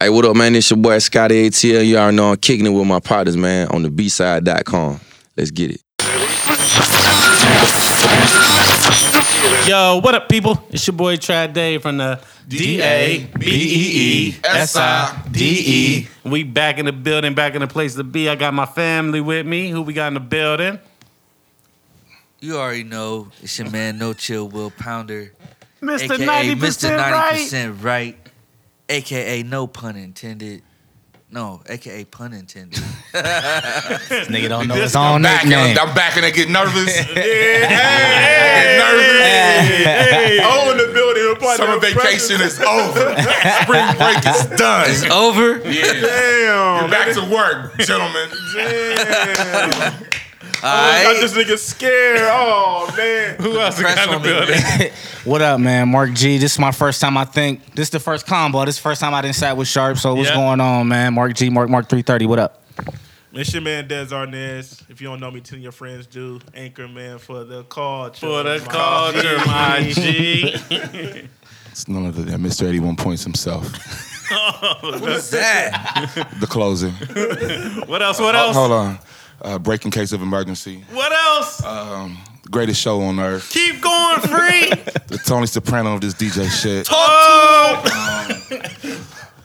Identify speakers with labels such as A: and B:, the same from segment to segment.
A: Hey, what up, man? It's your boy Scotty ATL. You already know I'm kicking it with my partners, man, on the bside.com. Let's get it.
B: Yo, what up, people? It's your boy Trad Dave from the D A B E E S I D E. We back in the building, back in the place to be. I got my family with me. Who we got in the building?
C: You already know it's your man No Chill Will Pounder,
B: Mr. 90%,
C: aka Mr. Ninety
B: right?
C: Percent Right, aka No Pun Intended. No, aka Pun Intended.
D: Nigga don't know
B: This
D: his own
E: back and
D: nickname.
E: I'm back and I get nervous.
B: Hey,
E: Oh, in the building.
B: part
E: Summer
B: of the
E: vacation is over. Spring break is done.
C: it's over.
B: Damn.
E: You're back to work, gentlemen.
B: Oh,
C: All right.
B: nigga scared. Oh, man. Who else we
C: Press
B: got in
C: on
B: the
C: me.
B: building?
D: What up, man? Mark G. This is my first time. I think this is the first combo. This is the first time I didn't sat with Sharp. So what's
F: Yeah.
D: going on, man? Mark G. Mark Mark three thirty. What up?
F: It's your man Des Arnaz. If you don't know me, tell your friends do. Anchor man for the culture.
B: For the
F: My
B: culture,
F: G.
B: my G.
E: It's none other than Mr. 81 Points himself,
C: What's that?
E: the closer.
B: What else? What
E: Oh,
B: else?
E: hold on. Uh, break in case of emergency.
B: What else?
E: Greatest show on earth.
B: Keep going free.
E: The Tony Soprano of this DJ shit.
B: oh,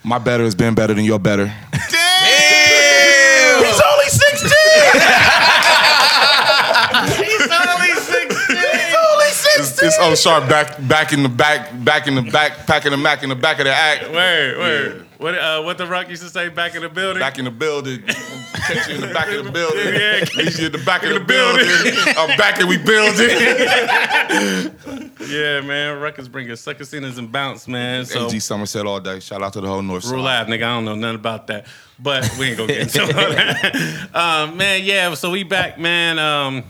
E: My better has been better than your better.
B: He's only 16. He's only 16.
E: It's, it's old sharp back, back in the back, back in the back, packing the mac in the back of the act.
B: Word, word. What, uh, what the Rock used to say back in the building?
E: Back in the building. Catch you in the back of the building.
B: Yeah, yeah.
E: Meet you in the back of
B: In
E: the,
B: the building.
E: building. I'm back and we building.
B: yeah, man. Records bring us suckers, sinners, and bounce, man.
C: E
B: So,
E: MG Somerset all day. Shout out to the whole North
B: rule live,
E: Side.
B: nigga. I don't know nothing about that. But we ain't gonna get into all that. Um, man, yeah. So, we back, man. Um,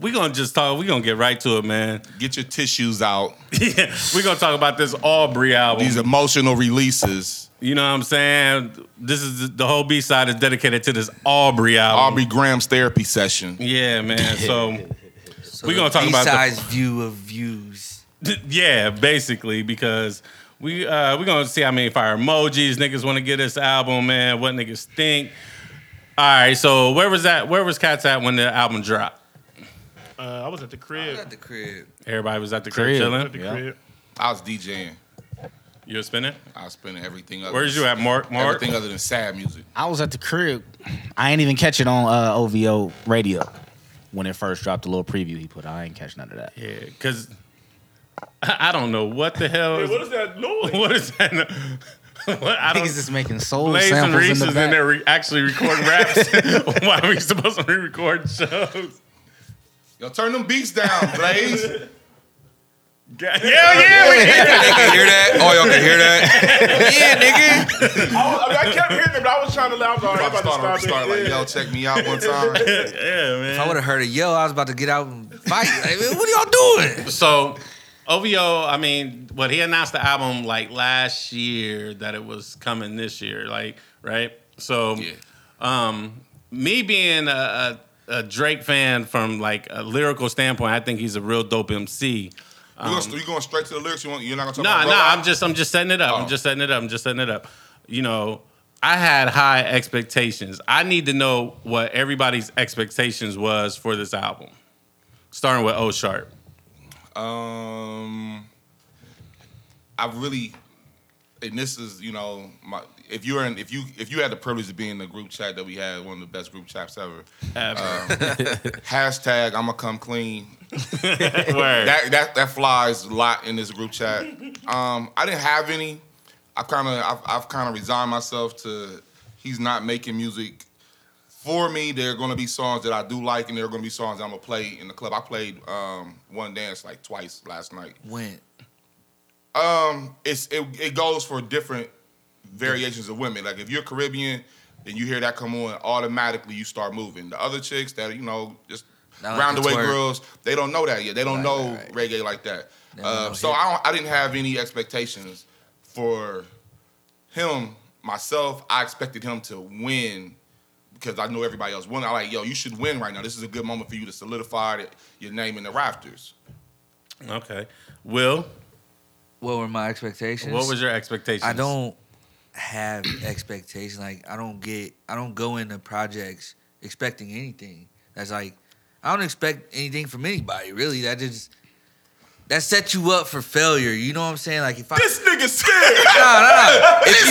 B: we gonna just talk. We gonna get right to it, man.
E: Get your tissues out.
B: yeah, we gonna talk about this Aubrey album.
E: These emotional releases.
B: You know what I'm saying? This is the whole B side is dedicated to this Aubrey album.
E: Aubrey Graham's therapy session.
B: Yeah, man. So
C: So
B: We gonna talk about the-
C: size view of views.
B: D- Yeah, basically, because we uh we're gonna see how many fire emojis niggas wanna get this album, man. What niggas think. All right, so where was that? Where was Cats at when the album dropped?
F: Uh, I was at the crib.
C: At the crib.
B: Everybody was at the crib
D: Crib.
F: At the
B: chilling.
F: crib.
E: I was DJing.
B: You were spinning.
E: I was spinning everything other
B: Where's you at, Mark? Mark.
E: Everything other than sad music.
D: I was at the crib. I ain't even catch it on uh, OVO radio when it first dropped. The little preview he put. out. I ain't catch none of that.
B: Yeah, cause I I don't know what the hell.
F: Hey,
B: Is,
F: what is that noise?
B: what is that? what, I
D: Niggas
B: don't.
D: is making soul
B: Blaze and
D: samples
B: Reese is
D: in the
B: in
D: back.
B: there re- actually recording raps while we supposed to re-record shows.
E: Yo, turn them beats down, Blaze. y'all
B: Yeah, yeah, we
E: can hear that? Oh, y'all can hear that?
C: Yeah, nigga.
F: I, was- I, mean, I kept hearing it, but I was trying to laugh. I was
E: About
F: about
E: to
F: to
E: start,
F: stop
E: on-
F: it.
E: start like,
F: Yeah.
E: yo, check me out one time.
B: yeah, man.
C: If I would have heard a yo, I was about to get out and fight. Like, man, what are y'all doing?
B: So OVO, I mean, what he announced the album like last year that it was coming this year, like right. So,
E: Yeah.
B: um, me being a, a, a Drake fan from like a lyrical standpoint, I think he's a real dope MC.
E: you, going, you going straight to the lyrics? You want, you're not going to talk
B: No,
E: about
B: no,
E: Rollout?
B: I'm just I'm just setting it up.
E: Oh.
B: I'm just setting it up. I'm just setting it up. You know, I had high expectations. I need to know what everybody's expectations was for this album. Starting with O Sharp.
E: Um, I really, and this is you know, my if you're in if you if you had the privilege of being in the group chat that we had, one of the best group chats ever. um,
B: Ever.
E: Hashtag I'ma come clean.
B: Word.
E: That that that flies a lot in this group chat. Um, I didn't have any. I kind of I've, I've kind of resigned myself to. He's not making music. For me, there are going to be songs that I do like, and there are going to be songs that I'm gonna play in the club. I played um, one dance like twice last night.
C: Went.
E: Um, it's it, it goes for different variations of women. Like if you're Caribbean and you hear that come on, automatically you start moving. The other chicks that you know just
C: Not like
E: round
C: the
E: away
C: twerk.
E: girls, they don't know that yet. They don't
C: Right,
E: know
C: right,
E: reggae like that.
C: They don't
E: Uh,
C: know
E: so
C: hip.
E: I don't, I didn't have any expectations for him myself. I expected him to win because I know everybody else won. I like yo, you should win right now. This is a good moment for you to solidify your name in the rafters.
B: Okay. Will,
C: What were my expectations?
B: what was your expectations?
C: I don't have expectations. Like I don't get, I don't go into projects expecting anything. That's like, I don't expect anything from anybody really. That just that sets you up for failure. You know what I'm saying? Like if I
E: This nigga scared.
C: Nah, nah, nah. If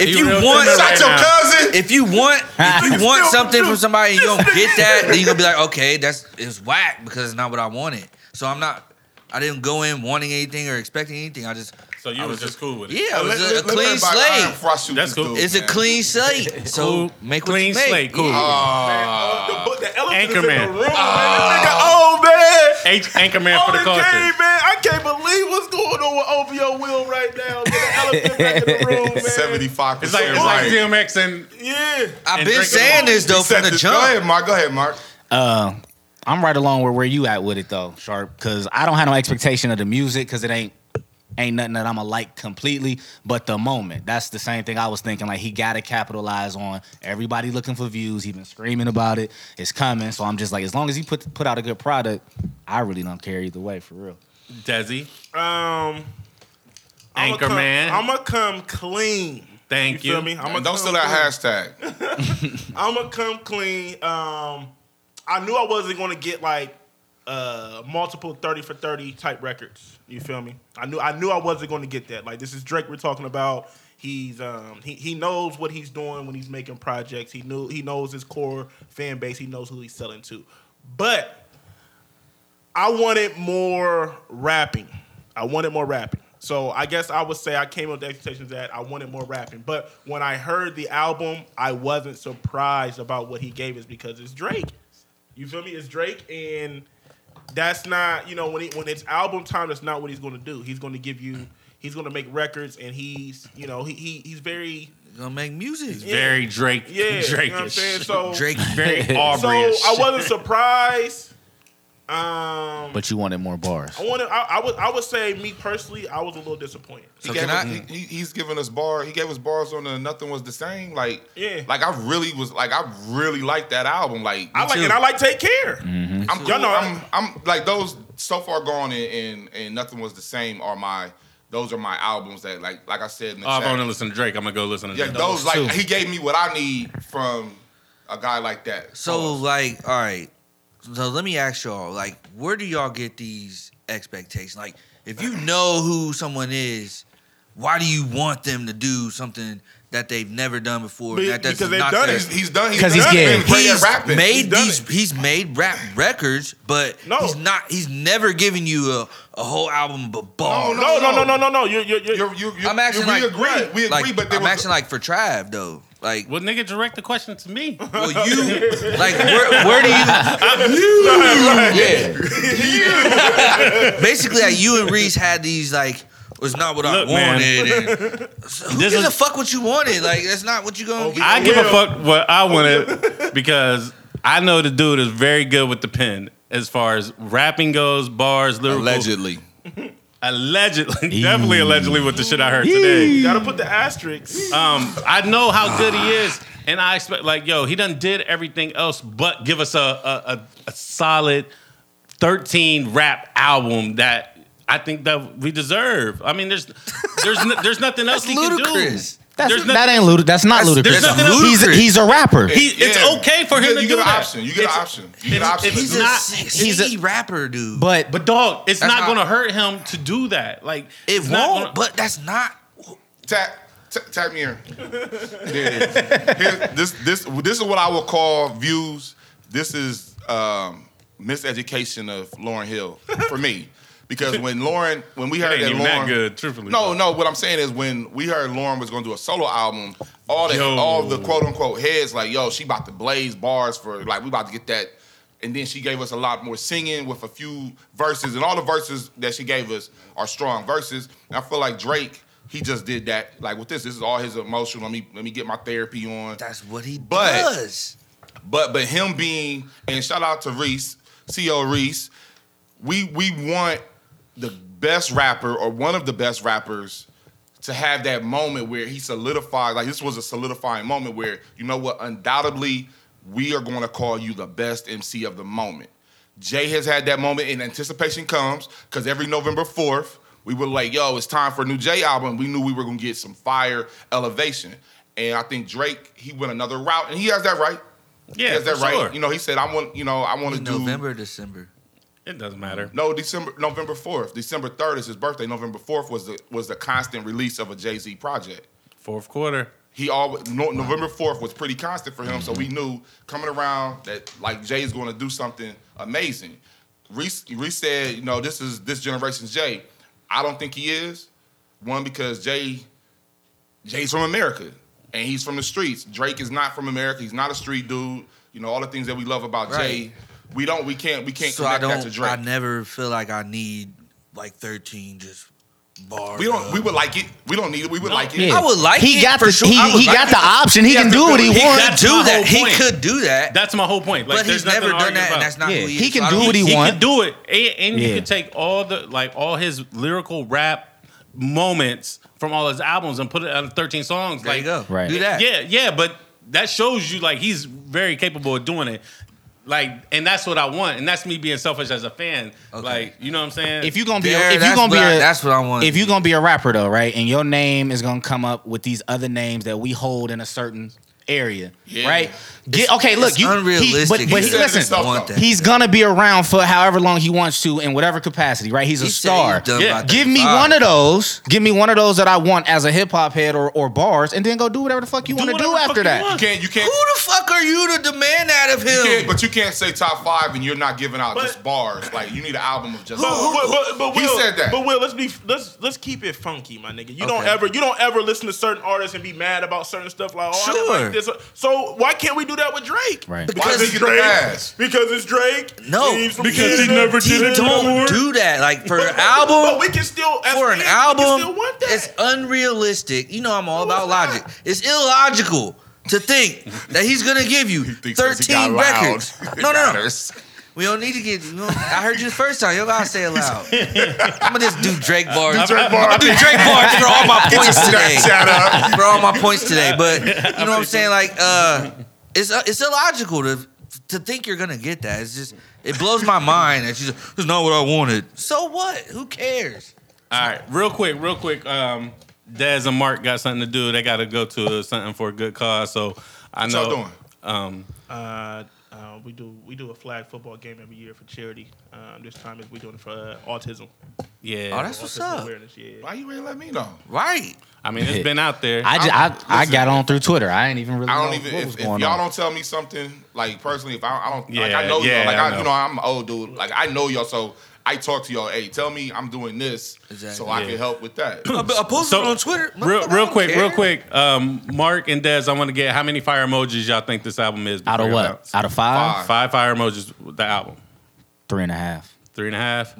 C: you,
B: You
C: if you
B: real
C: want,
B: tender
E: Not
B: Right
E: your
B: now.
E: cousin.
C: if you want, if you want
E: Still
C: something
E: do.
C: from somebody, you gonna get that. Then you gonna be like, okay, that's it's whack because it's not what I wanted. So I'm not. I didn't go in wanting anything or expecting anything. I just
B: So you
C: I
B: was,
C: was
B: just, cool with it.
C: yeah, it was
E: Let-
C: a, a
E: let- let
C: clean
E: everybody iron
C: slate.
E: frost you
B: That's
E: this
B: cool.
E: dude,
C: It's a
E: man.
C: clean slate. So
B: Cool.
C: make what
B: Clean
C: you make.
B: slate. Cool.
E: Uh,
F: the, bu- the elephant is in
B: Anchorman.
F: the room, man. This nigga old man.
B: H- Anchorman Ah. for the
F: Owen Kane,
B: culture.
F: man. I can't believe what's going on with OVO Will right now. With the elephant back in the room, man.
E: 75
B: It's like
E: percent
B: it's like
E: right.
B: DMX and
F: Yeah.
C: I've
B: And
C: been
B: drink
C: saying
B: alone.
C: this though from
E: Set
C: the
E: this- Go
C: jump.
E: ahead, Mark. Go ahead, Mark.
D: Uh, I'm right along with where you at with it though, Sharp, because I don't have no expectation of the music because it ain't ain't nothing that I'ma like completely. But the moment, that's the same thing I was thinking. Like he gotta capitalize on everybody looking for views. He been screaming about it. It's coming. So I'm just like, as long as he put put out a good product, I really don't care either way for real.
B: Desi.
F: Um.
B: Anchorman.
F: I'm gonna come clean.
B: Thank you.
F: feel me? I'm
E: And don't steal that hashtag.
F: I'm gonna come clean. Um, I knew I wasn't gonna get like uh multiple thirty for thirty type records. You feel me? I knew I knew I wasn't gonna get that. Like this is Drake we're talking about. He's um he, he knows what he's doing when he's making projects. He knew he knows his core fan base. He knows who he's selling to. But I wanted more rapping. I wanted more rapping. So I guess I would say I came up with the expectations that I wanted more rapping. But when I heard the album, I wasn't surprised about what he gave us because it's Drake. You feel me? It's Drake, and that's not you know when he, when it's album time, that's not what he's going to do. He's going to give you. He's going to make records, and he's you know he, he he's very
C: Gonna make music.
B: Very Drake.
F: yeah.
B: Drake.
F: you know what I'm saying? So
C: Drake.
B: very Oh,
F: so
B: Aubrey.
F: I wasn't surprised. Um,
D: But you wanted more bars.
F: I want to. I, I would. I would say me personally, I was a little disappointed.
E: He
C: So
E: gave
C: can
E: us-
C: I-
E: he- he- he's giving us bar. He gave us bars on the Nothing Was the Same. Like,
F: Yeah.
E: like I really was. Like I really liked that album. Like,
F: I like
C: too.
F: and I like take care.
E: I'm
F: Y'all
E: cool.
F: know-
E: I'm, I'm like those so far gone and, and and nothing was the same are my those are my albums that like like I said in the
B: Oh, I'm
E: chat.
B: going to listen to Drake. I'm going to go listen to
E: yeah,
B: Drake.
E: those like he gave me what I need from a guy like that.
C: So like, all right. So let me ask y'all, like, where do y'all get these expectations? Like, if you know who someone is, why do you want them to do something that they've never done before?
F: Be-
C: that, that's
F: because they've
C: not
F: done
C: their-
E: he's, he's done.
D: 'Cause he's
E: done
D: gay.
E: been great at
C: He's
E: rapping.
C: made
F: He's done
C: these.
F: it.
C: He's made rap records, but
F: No.
C: he's not. He's never given you a, a whole album, but ball.
E: No,
F: No, no, no, no, no, no. You're, you're, you're,
E: You're, you're, you're,
C: I'm asking
E: we
C: like,
E: agree. We agree,
C: like,
E: but there
C: I'm
E: was,
C: asking like for Trav though. Like,
B: Well, nigga, direct the question to me.
C: well, you like where, where do you? Yeah. Basically, like you and Reese had these like was not what
B: Look,
C: I
B: man.
C: wanted. And so who
B: This
C: gives
B: is-
C: a fuck what you wanted? Like that's not what you
E: Oh,
C: gonna get.
B: I give a fuck what I wanted because I know the dude is very good with the pen as far as rapping goes, bars, lyrical.
A: Allegedly.
B: Allegedly. Definitely allegedly with the shit I heard today.
F: you gotta put the asterisks.
B: Um, I know how good he is, and I expect like, yo, he done did everything else but give us a a, a, a solid thirteen rap album that I think that we deserve. I mean, there's there's no, there's nothing else he
C: ludicrous.
B: can do.
D: That's,
B: There's no-
D: that ain't ludicrous. That's not
C: That's-
D: ludicrous.
B: there's nothing
D: He's,
C: ludicrous.
D: he's a rapper.
B: he, it's okay for him
E: you get,
B: to do
E: you get
B: that.
E: an option. You get
B: It's-
E: an option. You get an
B: it's- it's
E: option. to
C: He's
E: do
C: a
B: not-
D: he's a-
C: sexy rapper, dude. But
D: But
B: But dog, it's
C: That's
B: not,
C: not-
B: gonna hurt him to do that. Like
C: it
B: it's
C: won't.
B: not gonna-
C: But that's not.
E: Tap, tap, tap me here. There it is. Here, this, this, this is what I would call views. This is um, miseducation of Lauren Hill for me, because when Lauren, when we
B: It
E: heard
B: ain't
E: that
B: even that
E: Lauren,
B: good, truthfully.
E: No, no. What I'm saying is when we heard Lauren was going to do a solo album, all the
B: Yo.
E: all the quote unquote heads like, yo, she about to blaze bars for like we about to get that. And then she gave us a lot more singing with a few verses, and all the verses that she gave us are strong verses. And I feel like Drake, he just did that. Like with this, this is all his emotional. Let me let me get my therapy on.
C: That's what he
E: But-
C: does.
E: But but him being and shout out to Reese, Co Reese. We we want the best rapper or one of the best rappers to have that moment where he solidified. Like this was a solidifying moment where you know what? Undoubtedly, we are going to call you the best MC of the moment. Jay has had that moment, and anticipation comes because every November fourth. we were like, yo, it's time for a new J album. We knew we were gonna get some fire elevation. And I think Drake, he went another route, and he has that right. he
B: Yeah,
E: has that
B: for
E: right.
B: sure.
E: You know, he said, I want, you know, I want to
C: In
E: do
C: November, or December.
B: It doesn't matter.
E: no, December, November fourth, December third is his birthday. November fourth was the was the constant release of a Jay Z project.
B: Fourth quarter.
E: He always no, November fourth was pretty constant for him, so
C: Mm-hmm.
E: we knew coming around that like Jay's going to do something amazing. Reese, Reese said, you know, this is this generation's Jay. I don't think he is. One because Jay, Jay's from America and he's from the streets. Drake is not from America. He's not a street dude. You know all the things that we love about Jay.
C: Right.
E: We don't. We can't. We can't
C: so I
E: connect that to
C: don't.
E: Drake.
C: I never feel like I need like thirteen just bars.
E: We don't.
C: of-
E: We would like it. We don't need it. We would like it.
C: I would like
D: he
C: it
D: got
C: for
D: the
C: sure.
D: he,
C: I would
D: he
C: like
D: got
C: it.
D: the option. He can do what he
C: He
D: wants.
C: could
B: That's my
C: do that.
B: whole
C: He
B: point.
C: could do that.
B: That's my whole point. Like,
C: but
B: there's
C: he's never
B: nothing to
C: done
B: argue
C: that, and
B: about.
C: that's not
D: Yeah,
C: who he is.
D: he can
C: So I
D: do
C: don't
D: what he
C: think-
B: he
D: want.
B: can do it, and, and you
D: Yeah.
B: can take all the like all his lyrical rap moments from all his albums and put it on 13 songs.
C: There
B: like,
C: you go.
D: Right.
C: Do that.
B: Yeah, yeah, but that shows you like he's very capable of doing it. Like, and that's what I want, and that's me being selfish as a fan.
C: Okay.
B: Like, you know what I'm saying?
D: If you gonna be,
C: There,
D: a, if you
C: that's
D: gonna be,
C: what I-
D: a-
C: that's what I wanted
D: If
C: to
D: you
C: be.
D: gonna be a rapper though, right, and your name is gonna come up with these other names that we hold in a certain area, right? Get, okay, look,
C: It's
D: you he-
C: unrealistic.
D: but but
E: He
D: he,
E: said
D: listen,
E: himself,
C: want
E: though.
C: that.
D: he's gonna be around for however long he wants to in whatever capacity, right? He's a
C: He said
D: star.
C: he's done
B: Yeah.
C: by
D: Give me
C: 35.
D: one of those. Give me one of those that I want as a hip hop head or, or bars, and then go do whatever the fuck you
B: Do
D: want to do
B: whatever the fuck
D: after
B: you
D: that.
B: want.
E: You can't. You
C: Who
E: can't.
C: the fuck are you to demand that of
E: You can't,
C: him?
E: but you can't say top five and you're not giving out
F: But-
E: just bars. Like you need an album of just.
F: But, but,
E: bars.
F: but, but
E: he
F: Will,
E: said that.
F: But Will, let's be let's let's keep it funky, my nigga. You don't
C: Okay.
F: ever you don't ever listen to certain artists and be mad about certain stuff like oh, I didn't
C: Sure.
F: like this. So why can't we do that with Drake?
D: Right.
E: Why
C: Because
E: did you get ass?
F: Because it's Drake.
C: No,
F: And he's from
B: Because he
F: Canada.
B: never did
F: He
B: it
F: don't
B: before.
F: do-
C: do that. Like for
F: But-
C: an
F: but- but we
C: album,
F: can still as
C: for an
F: fans, we can still
C: album,
F: want that.
C: it's unrealistic. You know, I'm all about
F: it's not.
C: logic. It's illogical to think that he's gonna give you
E: Thinks 'cause he got
C: 13
E: loud.
C: records. No, no, no.
E: Matters.
C: We don't need to get. You know, I heard you the first time. You don't gotta say it loud. I'm gonna just do Drake bars. I'm
B: Drake
C: gonna do Drake bars for all my points today.
E: Shut up.
C: for all my points today. But you know what I'm saying? Like, uh, it's it's illogical to to think you're gonna get that. It's just it blows my mind that she's it's not what I wanted. So what? Who cares?
B: All right, real quick, real quick. Um, Dez and Mark got something to do. They got to go to something for a good cause. So I
E: What
B: know.
E: y'all doing?
B: Um,
F: Uh, uh, we do we do a flag football game every year for charity. Um, this time is we doing it for uh, autism.
B: yeah.
C: Oh, that's what's
F: Autism
C: up.
F: Awareness, yeah.
E: Why you ain't let me know?
C: Right.
B: I mean, it's been out there.
D: I, ju- I, I got on through Twitter. I ain't even really
E: I don't
D: know
E: even.
D: what
E: If,
D: was
E: if
D: going
E: y'all
D: on.
E: don't tell me something, like personally, if I, I don't, like I
B: Yeah,
E: know
B: yeah,
E: y'all, like
B: I
E: I,
B: know.
E: you know, I'm an old dude. Like I know y'all, so I talk to y'all. Hey, tell me I'm doing this, so
C: Exactly.
E: I
B: Yeah.
E: can help with that.
C: I, I posted
B: So,
C: it on Twitter. Motherfucker, I
B: Real, real
C: don't
B: quick, real
C: care.
B: quick. Um, Mark and Dez, I want to get how many fire emojis y'all think this album is?
D: Out of
B: before
D: what?
B: it comes?
D: Out of five?
E: Five.
B: Five fire emojis. with The album.
D: Three and a half.
B: Three and a half.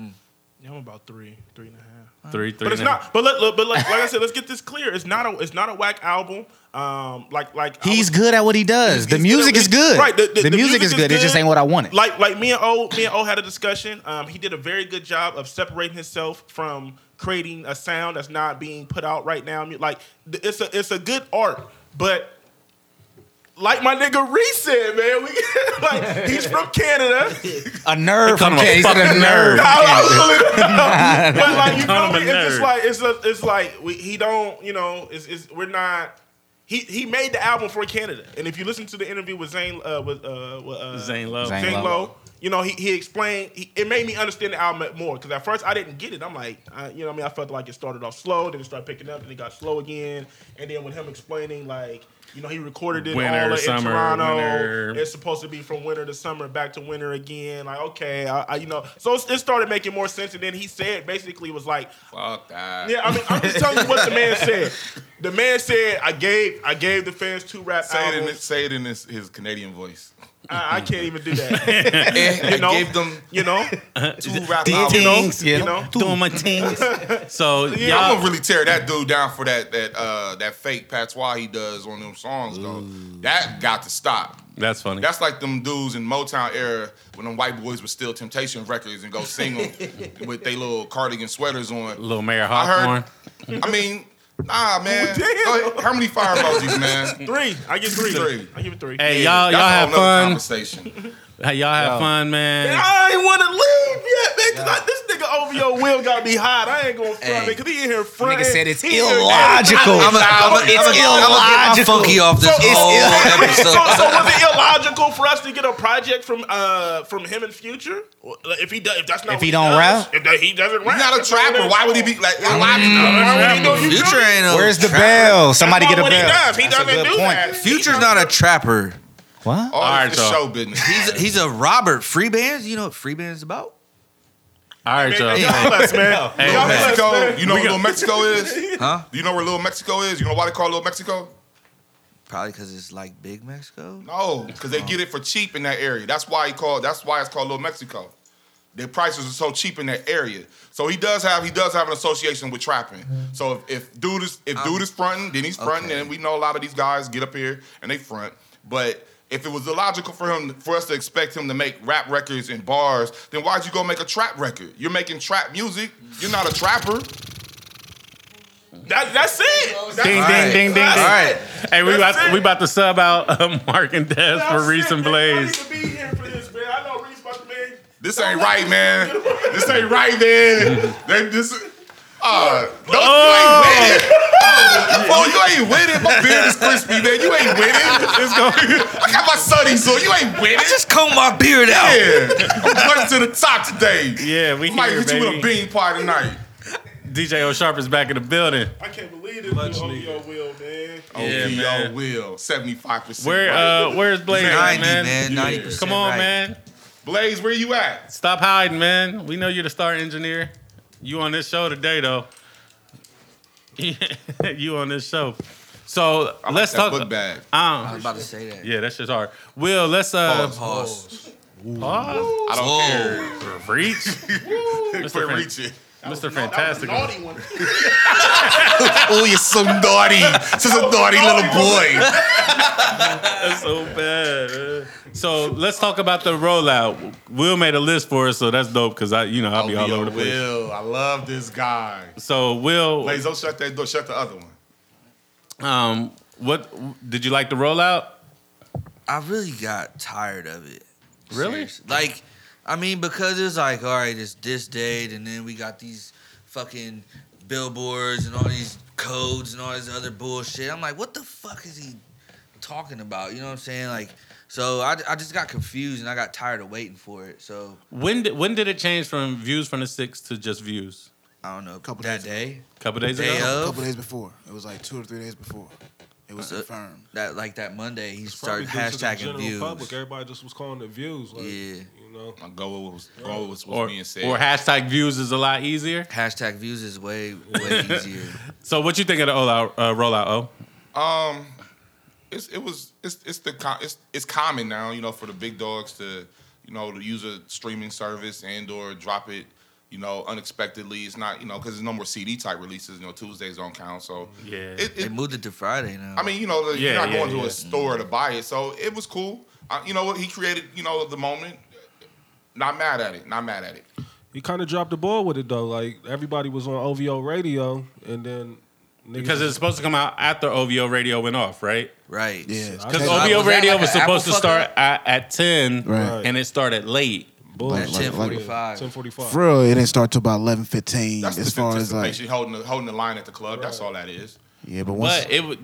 F: yeah, I'm about three, three and a half.
B: Three. Three.
F: But it's
B: and a half.
F: not. But let, look, but like, like I said, let's get this clear. It's not a. It's not a whack album. Um, like like I
D: He's
F: was-
D: good at what he does. The
F: he's
D: music
F: at-
D: is good.
F: Right.
D: The, music is good. It just ain't what I wanted.
F: Like like me and O me and O had a discussion. Um, he did a very good job of separating himself from creating a sound that's not being put out right now. I mean, Like th- it's a it's a good art, but. Like my nigga Reese said, man, we like he's from Canada.
D: A
B: Kind
D: nerve. From
B: of a
D: K- he said
B: fucking
D: a nerve.
F: I, I was really- but like you
B: Call
F: know,
B: him a
F: it's just
B: nerd.
F: like it's a, it's like we, he don't you know it's, it's we're not. He, he made the album for Canada, and if you listen to the interview with Zane uh, with uh, with uh,
B: Zane Lowe.
D: Zane
F: Zane
D: Lowe.
F: Lowe, you know he, he explained he, it made me understand the album more because at first I didn't get it. I'm like I, you know what I mean I felt like it started off slow, then it started picking up, then it got slow again, and then with him explaining like you know he recorded it
B: Winter,
F: all in
B: summer,
F: Toronto.
B: winter.
F: It's supposed to be from winter to summer, back to winter again. Like, okay, I, I you know, so it it started making more sense. And then he said, basically, was like,
E: Fuck that.
F: yeah, I mean, I'm just telling you what the man said. The man said, I gave, I gave the fans two rap
E: Say it in
F: albums.
E: this, say it in his, his Canadian voice.
F: I, I can't even do that.
E: Eh,
F: You know,
E: I gave them
F: you know,
E: two rap
F: you
E: albums.
F: know,
D: Things,
F: you know.
B: Doing my things. So
E: I'm
B: y'all.
E: gonna really tear that dude down for that that uh, that fake patois he does on them songs though. That got to stop.
B: That's funny.
E: That's like them dudes in Motown era when them white boys would steal Temptation records and go sing them with their little cardigan sweaters on.
B: Little Mayor
E: I heard.
B: Hawthorne.
E: I mean, nah, man.
F: Ooh, damn.
E: Go ahead. How many fire emojis, man?
F: Three, I give three.
E: Three.
F: I give it three.
B: Hey
E: Yeah,
B: y'all, y'all
E: that's a
B: have
E: whole nother
B: fun.
E: Conversation.
B: Hey, y'all have
E: Yo.
B: fun, man.
F: I ain't want to leave yet, man. 'cause I- this nigga over your will got me hot. I ain't gonna front,
C: Hey.
F: man, because he in here
D: Nigga
F: fronting.
D: said it's
F: He in here-
D: illogical.
C: I'm a, I'm a,
D: It's
C: I'm a, I'm a, I'm a
D: illogical.
C: funky off this
F: So-
C: whole
F: so,
C: episode.
F: so was it illogical for us to get a project from uh from him in future? Well, If he does, if that's
D: If
F: not what
D: he don't
F: does,
D: rap?
F: if that, he doesn't rap,
E: He's not a
F: that's what it
E: trapper.
F: is.
E: Why would he be like?
B: Mm.
F: That's
E: Why
F: not
E: would he
F: what
E: do?
F: he do. You
C: Future
F: feel me?
C: ain't a
D: Where's the
C: trapper.
D: bell? Somebody get a
F: That's not what He,
D: bell.
F: does. he
D: That's a
F: doesn't
D: good
F: do
D: point.
F: that. He
C: Future's
F: doesn't-
C: not a trapper.
D: What?
E: All
B: Alright,
E: right,
B: so-
E: show business.
C: He's a, he's a Robert. Free bands? You know what free bands is about?
B: All right,
F: Man,
B: y'all.
F: God bless, man.
B: Hey, man.
F: God bless,
E: Mexico.
F: man.
E: You know
B: We
E: where
B: got-
E: Little Mexico is?
C: Huh?
E: You know where Little Mexico is? You know why they call it Little Mexico?
C: Probably because it's like Big Mexico.
E: No, because they get it for cheap in that area. That's why he called. That's why it's called Little Mexico. Their prices are so cheap in that area. So he does have he does have an association with trapping. So if, if dude is if dude is fronting, then he's fronting,
C: okay.
E: and we know a lot of these guys get up here and they front. But if it was illogical for him for us to expect him to make rap records and bars, then why'd you go make a trap record? You're making trap music. You're not a trapper.
F: That, that's it. That's
B: Ding,
F: it.
B: ding, ding, ding, ding.
C: All right.
B: Hey, we
F: That's
B: about,
F: it.
B: we about to sub out um, Mark and Des
F: That's
B: for
F: it.
B: Reese and Blaze.
F: It's funny to be here for this, man. I know Reese about to be-
E: This ain't right, man. This ain't right, man. They this. Uh, don't
B: Oh!
E: you ain't winning. Oh, you ain't winning. My beard is crispy, man. You ain't winning. It's going. I got my sunnies on. You ain't winning.
C: I just combed my beard out.
E: Yeah, I'm running to the top today.
B: Yeah, we
E: might
B: here,
E: hit you
B: baby.
E: with a bean pie tonight.
B: DJ O'Sharp is back in the building.
F: I can't believe this dude over your will, man.
E: Oh,
B: Yeah, man.
E: will seventy five percent.
B: Where uh, where's Blaze? at,
C: 90,
B: man?
C: man.
E: Yeah.
C: 90%.
B: Come on,
C: right.
B: man.
E: Blaze, where you at?
B: Stop hiding, man. We know you're the star engineer. You on this show today, though. you on this show. So
E: I like
B: let's
E: that
B: talk.
E: Book bag.
C: I
B: Um,
C: was about to say that.
B: yeah, that's just hard. Will, let's uh,
E: Pause.
C: Pause.
B: pause.
E: I don't
C: Whoa.
E: care.
B: reach, Mr.
E: Quit
B: Fan-
E: reaching.
B: Mr.
F: That was a
B: Fantastic.
F: naughty one.
E: Oh, you're so naughty. Such a naughty little boy.
B: That's so bad. man. So let's talk about the rollout. Will made a list for us, so that's dope because I, you know, I'll be all over the place.
E: Will, I love this guy.
B: So Will,
E: Blaze, don't shut that door. Shut the other one.
B: um, what did you like the rollout?
C: I really got tired of it.
B: Really?
C: Seriously. Like, I mean, because it's like, all right, it's this date, and then we got these fucking billboards and all these codes and all this other bullshit. I'm like, what the fuck is he talking about? You know what I'm saying? Like, so I, I just got confused and I got tired of waiting for it. So
B: When did when did it change from views from the six to just views?
C: I don't know.
G: Couple
C: that
G: days
C: day,
B: couple days
C: day
B: ago.
G: A
C: of
G: couple days before. It was like two or three days before. It was
C: Uh,
G: confirmed.
C: that, like that Monday, he started
H: Probably due to the
C: hashtagging
H: general
C: views.
H: Public, everybody just was calling it views. Like,
C: Yeah.
H: You know,
E: I go with what was, go with what was
B: Oh. Or,
E: being said.
B: or hashtag views is a lot easier.
C: Hashtag views is way way easier.
B: So what you think of the rollout? Uh, rollout? Oh,
E: um, it's, it was it's it's the com- it's it's common now, you know, for the big dogs to you know to use a streaming service and or drop it, you know, unexpectedly. It's not you know because there's no more CD type releases. You know, Tuesdays don't count. So
B: Yeah.
E: it,
C: They
E: it,
C: moved it to Friday now.
E: I mean, you know, the, you're
B: Yeah,
E: not
B: yeah,
E: going to
B: yeah.
E: a store to buy it, so it was cool. Uh, you know what? He created, you know, the moment. Not mad at it. Not mad at it.
H: he kind of dropped the ball with it though. Like everybody was on OVO radio, and then niggas
B: because it's supposed to come out after OVO radio went off, right?
C: right?
G: Yeah.
B: Because
H: Okay.
B: OVO
C: Was that
B: radio
C: like
B: was
C: an
B: supposed to
C: Apple
B: start at, at ten,
G: Right.
B: and it started late.
H: bullshit.
G: At
C: 10:45.
H: Ten forty five.
G: For real, it didn't start till about eleven fifteen.
E: That's
G: As
E: just
G: far as like,
E: anticipation, holding the, holding the line at the club. That's all that is.
G: yeah, but once,
B: But it w-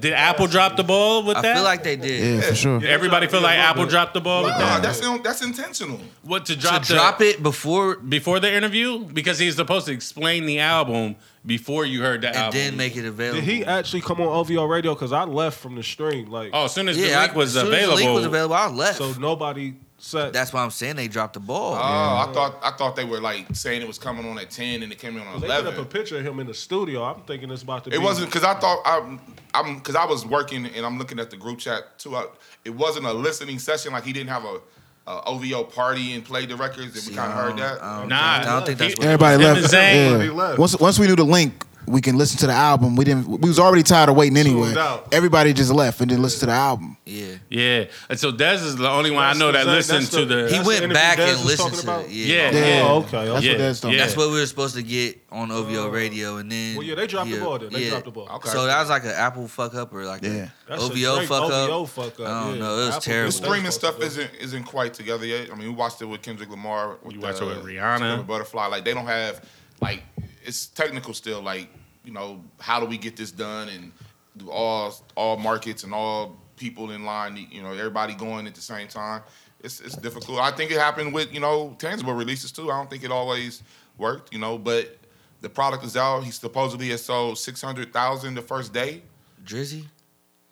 B: did Apple drop the ball with
C: I
B: that?
C: feel like they did.
G: yeah, for sure.
B: Everybody feel like Apple dropped the ball with
E: Nah,
B: that.
E: that's that's intentional.
B: What to drop?
C: to
B: the,
C: drop it before
B: before the interview because he's supposed to explain the album before you heard the
C: and
B: album.
C: then make it available.
H: Did he actually come on OVO radio? Because I left from the stream. Like,
B: oh, as soon as the
C: yeah,
B: link
C: I,
B: was
C: as soon as
B: available,
C: the link was available. I left.
H: so nobody said.
C: That's why I'm saying they dropped the ball.
E: Oh, I thought I thought they were like saying it was coming on at ten and it came in on
H: they put up a
E: eleven.
H: picture of him in the studio. I'm thinking it's about to. be
E: It wasn't because I thought I, I'm because I was working and I'm looking at the group chat too. I, it wasn't a listening session. Like he didn't have a, a OVO party and played the records. And
C: See,
E: we kind
C: I
E: of heard
C: don't-
E: that.
C: I don't-
B: nah,
C: I don't think that's
B: he-
C: what-
G: Everybody
B: him
G: left.
B: and Zayn.
G: Yeah. Once once we knew the link, we can listen to the album. We didn't. We was already tired of waiting anyway.
F: out.
G: Everybody just left and didn't listen to the album.
C: Yeah.
B: Yeah, and so Dez is the only one I know that
F: That's the-
B: listened to the.
C: He
F: That's the
C: went
F: interview
C: back
F: Dez
C: and
F: was
C: listened
F: talking
C: to
F: about?
C: it.
B: yeah,
G: Yeah.
B: yeah.
H: Oh, okay, okay.
G: That's
B: yeah,
G: what Dez told me.
B: yeah.
C: That's what we were supposed to get on OVO radio, and then
H: Well, yeah, they dropped the ball. Then they
C: yeah.
H: dropped the ball.
E: Okay.
C: So that was like an Apple fuck up or like
G: Yeah.
C: a
H: That's a
C: OVO
H: straight
C: fuck up.
H: OVO fuck up,
C: I don't
H: yeah.
C: know. It was
H: Apple
C: terrible.
E: The
H: was
E: streaming
H: That's supposed
E: stuff
H: to be.
E: isn't isn't quite together yet. I mean, we watched it with Kendrick Lamar. With
B: You watched it
E: uh,
B: with Rihanna.
E: Silver Butterfly. Like they don't have like it's technical still. Like you know, how do we get this done and do all all markets and all people in line? You know, everybody going at the same time. It's it's difficult. I think it happened with you know tangible releases too. I don't think it always worked. You know, but the product is out. He supposedly has sold six hundred thousand the first day.
C: Drizzy,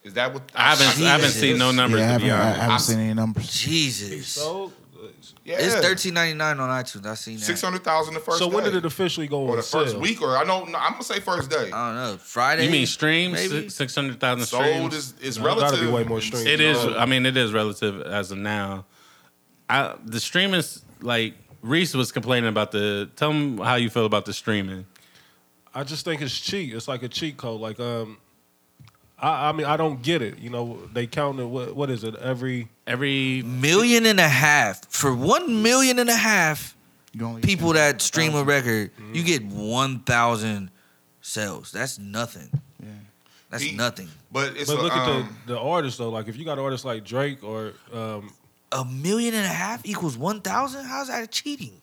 E: Is that what
B: I haven't, I haven't
C: Jesus.
B: seen no numbers
G: yeah, I
B: to be
G: haven't, I
B: honest.
G: haven't seen any numbers.
C: Jesus,
H: So,
E: Yeah.
C: it's thirteen ninety nine on iTunes. I seen that.
E: Six hundred thousand the first.
H: so when
E: day.
H: did it officially go
E: or
H: on
E: the
H: sale?
E: first week, or I don't. know. I'm gonna say first day.
C: I don't know. Friday.
B: You mean streams?
C: Maybe.
B: Six hundred thousand
E: Sold
B: streams.
E: is, is
H: No, gotta
E: relative.
H: be way more streams.
B: It is. I mean, it is relative as of now. I the streaming is like Reese was complaining about the. Tell him how you feel about the streaming.
H: I just think it's cheat. It's like a cheat code. Like, um, I, I mean, I don't get it. You know, they counted what what is it every?
B: Every
C: million and a half for one million and a half
G: You only-
C: people that stream a record, you get one thousand sales. That's nothing. That's
E: He-
C: nothing.
E: But it's
H: But
E: a,
H: look
E: um,
H: at the the artists though. Like, if you got artists like Drake or um,
C: A million and a half equals one thousand. How's that cheating?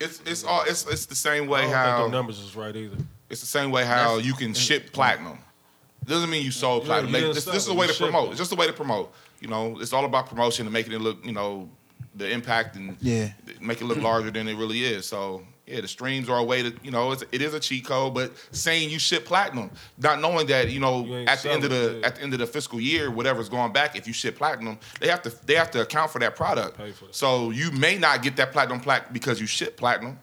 E: it's it's all it's it's the same
H: I
E: way
H: don't
E: how
H: think the numbers is right either.
E: it's the same way how you can ship platinum. Doesn't mean you sold
H: Yeah,
E: platinum.
H: you
E: Like,
H: didn't
E: this,
H: sell
E: this is
H: it,
E: a way
H: you
E: to
H: shipped
E: promote.
H: it.
E: It's just a way to promote. You know, it's all about promotion and making it look. You know, the impact and
G: Yeah.
E: make it look larger than it really is. So yeah, the streams are a way to you know it's, it is a cheat code, but saying you ship platinum, not knowing that you know
H: You ain't
E: at the end of
H: selling
E: the
H: it.
E: at the end of the fiscal year, whatever's going back, if you ship platinum, they have to they have to account for that product.
H: Pay for that.
E: So you may not get that platinum plaque because you ship platinum.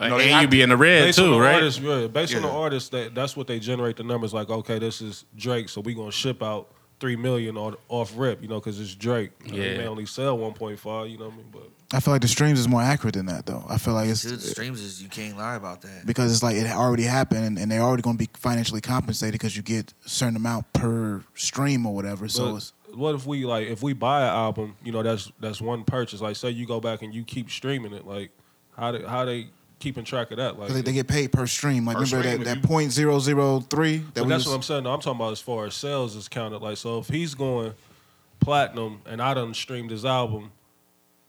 E: You know, they
B: and you
E: have-
B: be in the red
H: Based on
B: too,
H: the
B: right?
H: artists, yeah, based on the
E: Yeah.
H: artists, that that's what they generate the numbers. Like, okay, this is Drake, so we gonna ship out three million on, off rip, you know, because it's Drake. You know,
B: Yeah.
H: he may only sell one point five. You know what I mean? But
G: I feel like the streams is more accurate than that though. I feel like it's
C: Dude, the streams is you can't lie about that.
G: because it's like it already happened and, and they're already going to be financially compensated because you get a certain amount per stream or whatever. So
H: But
G: Oh, it's
H: what if we like if we buy an album, you know, that's that's one purchase. Like say you go back and you keep streaming it, like how they, how they keeping track of that? Like
G: because they, they get paid per stream. Like
E: Per
G: remember
E: stream, if
G: that
E: you-
G: that point zero zero three that
H: but
G: we
H: that's
G: was-
H: what I'm saying. though. I'm talking about as far as sales is counted. Like so if he's going platinum and I done streamed his album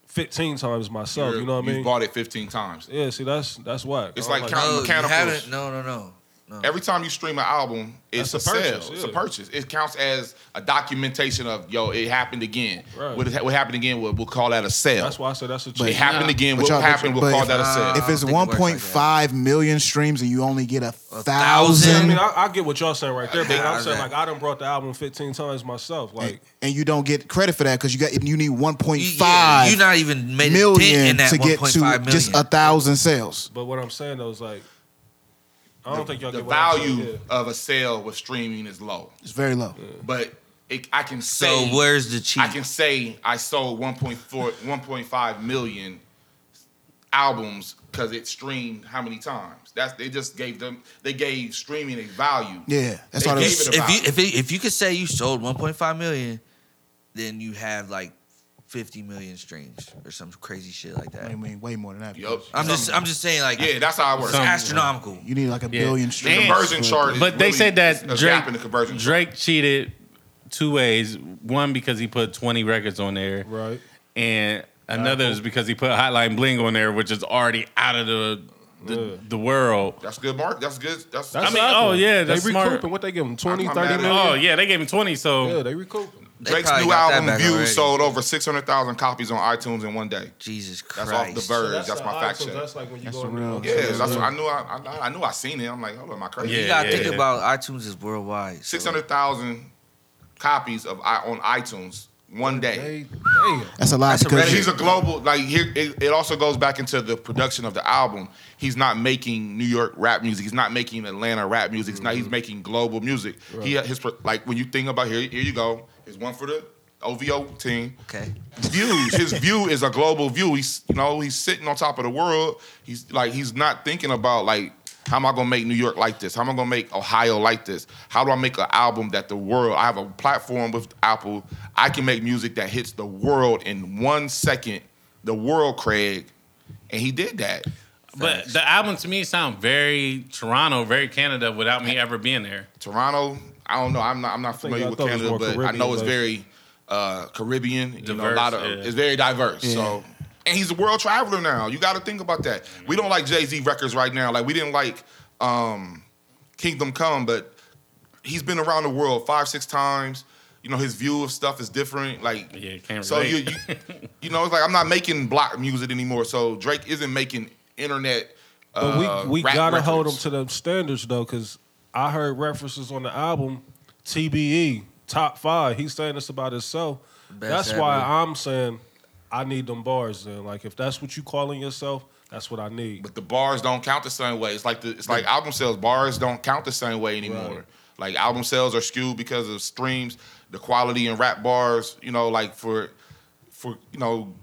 H: fifteen times myself, you know what I
E: you
H: mean?
E: bought it 15 times.
H: yeah, see that's that's whack.
E: It's
H: I don't
E: like
H: that.
E: count-
C: No, you
E: mechanicals.
C: haven't. No, no, no.
E: Every time you stream an album, it's
H: That's
E: a,
H: a purchase,
E: sale. It's a
H: yeah.
E: purchase. It counts as a documentation of yo, it happened again.
H: Right.
E: What, what happened again? We'll, we'll call that a sale.
H: that's why I said that's a
E: it
H: cheat.
E: happened again.
G: But
E: What
G: y'all-
E: happened? We'll
G: but
E: call
G: if-
E: that a sale.
G: if it's
C: I don't think it works like
G: 1.5 million streams and you only get a
C: thousand?
H: I
G: thousand
H: mean, I, I get what y'all saying right there, but
C: Yeah,
H: I'm saying
C: I-
H: like I done brought the album 15 times myself. Like
G: and you don't get credit for that because you got you need
C: You,
G: 1.5
C: yeah, you not even made a dent in
G: million
C: that
G: to get
C: 1.5
G: to
C: million.
G: just a thousand sales.
H: But what I'm saying though is like, I don't think y'all
E: the
H: get what I'm saying,
E: value
H: yeah.
E: of a sale with streaming is low,
G: It's very low.
E: but it, I can
C: so
E: say
C: where's the cheat?
E: I can say I sold 1.4, 1.5 million albums because it streamed how many times? That's they just gave them. They gave streaming a value.
G: Yeah, that's
E: They
G: all. it
E: gave
G: was-
E: it a
C: if you if it, if you could say you sold 1.5 million, then you have like 50 million streams or some crazy shit like
G: I
C: that.
G: mean, way more than that.
E: Yup.
C: I'm just I'm just saying like
E: Yeah, that's how it works.
C: it's astronomical.
G: You need like a billion
E: The
G: streams.
E: conversion
G: for-
E: chart. Is
B: but they
E: really
B: said that
E: a
B: Drake
E: gap in the conversion chart.
B: Drake cheated two ways. One because he put twenty records on there,
H: right?
B: and another is because he put Hotline Bling on there, which is already out of the the,
H: Yeah.
B: the world.
E: That's good, Mark. That's good. That's,
H: That's
B: mean,
H: hot,
B: oh,
H: though.
B: yeah,
H: they
B: that's smart.
H: recouping. What they give them 20,
E: I'm not
H: 30
E: mad
H: million?
E: at it.
B: Oh yeah, they gave him twenty. So
H: yeah, they recouping.
C: They
E: Drake's
C: probably
E: new
C: got that
E: album
C: back
E: views
C: already.
E: sold over six hundred thousand copies on iTunes in one day.
C: Jesus Christ.
E: That's off the verge. That's, my fact check.
H: That's like when you
G: That's
H: go
G: the
H: in-
G: real-
E: yeah, that's what I knew. I, I, I knew I seen it. I'm like, hold on, my crazy.
B: Yeah,
C: You gotta
B: yeah,
C: think
B: yeah.
C: about iTunes is worldwide. so-
E: six hundred thousand copies of I on iTunes one day.
H: Hey, damn.
G: That's a lot
C: That's a
G: because
C: ready-
E: He's a global like here. It, it also goes back into the production of the album. He's not making New York rap music. He's not making Atlanta rap music. He's not.
C: Mm-hmm.
E: He's making global music. He his pro- like when you think about here. Here you go. Here's one for the OVO team.
C: Okay.
E: views. His view is a global view. He's you know he's sitting on top of the world. He's like he's not thinking about like How am I gonna make New York like this? How am I gonna make Ohio like this? How do I make an album that the world? I have a platform with Apple. I can make music that hits the world in one second. The world, Craig, and he did that.
B: But the album to me sound very Toronto, very Canada, without me ever being there.
E: Toronto. I don't know. I'm not. I'm not
H: think-
E: familiar
H: I
E: with
H: thought it was
E: Canada,
H: more
E: but I
H: Caribbean,
E: know it's
H: but-
E: very uh, Caribbean. you know, a
B: Diverse,
E: lot of
B: yeah.
E: it's very diverse. So, and he's a world traveler now. You got to think about that. We don't like Jay Z records right now. Like we didn't like um, Kingdom Come, but he's been around the world five, six times. You know, his view of stuff is different. Like,
B: Yeah, can't
E: so you,
B: relate.
E: you, you know, it's like I'm not making block music anymore. So Drake isn't making internet.
H: But
E: uh,
H: we we
E: rap
H: gotta hold them
E: records.
H: to them standards though, because I heard references on the album TBE top five. He's saying this about himself.
C: Best
H: that's why
C: ever.
H: I'm saying I need them bars. Then, like if that's what you calling yourself, that's what I need.
E: but the bars don't count the same way. It's like the, it's like album sales. Bars don't count the same way anymore. Like album sales are skewed because of streams, the quality in rap bars. You know, like for for you know,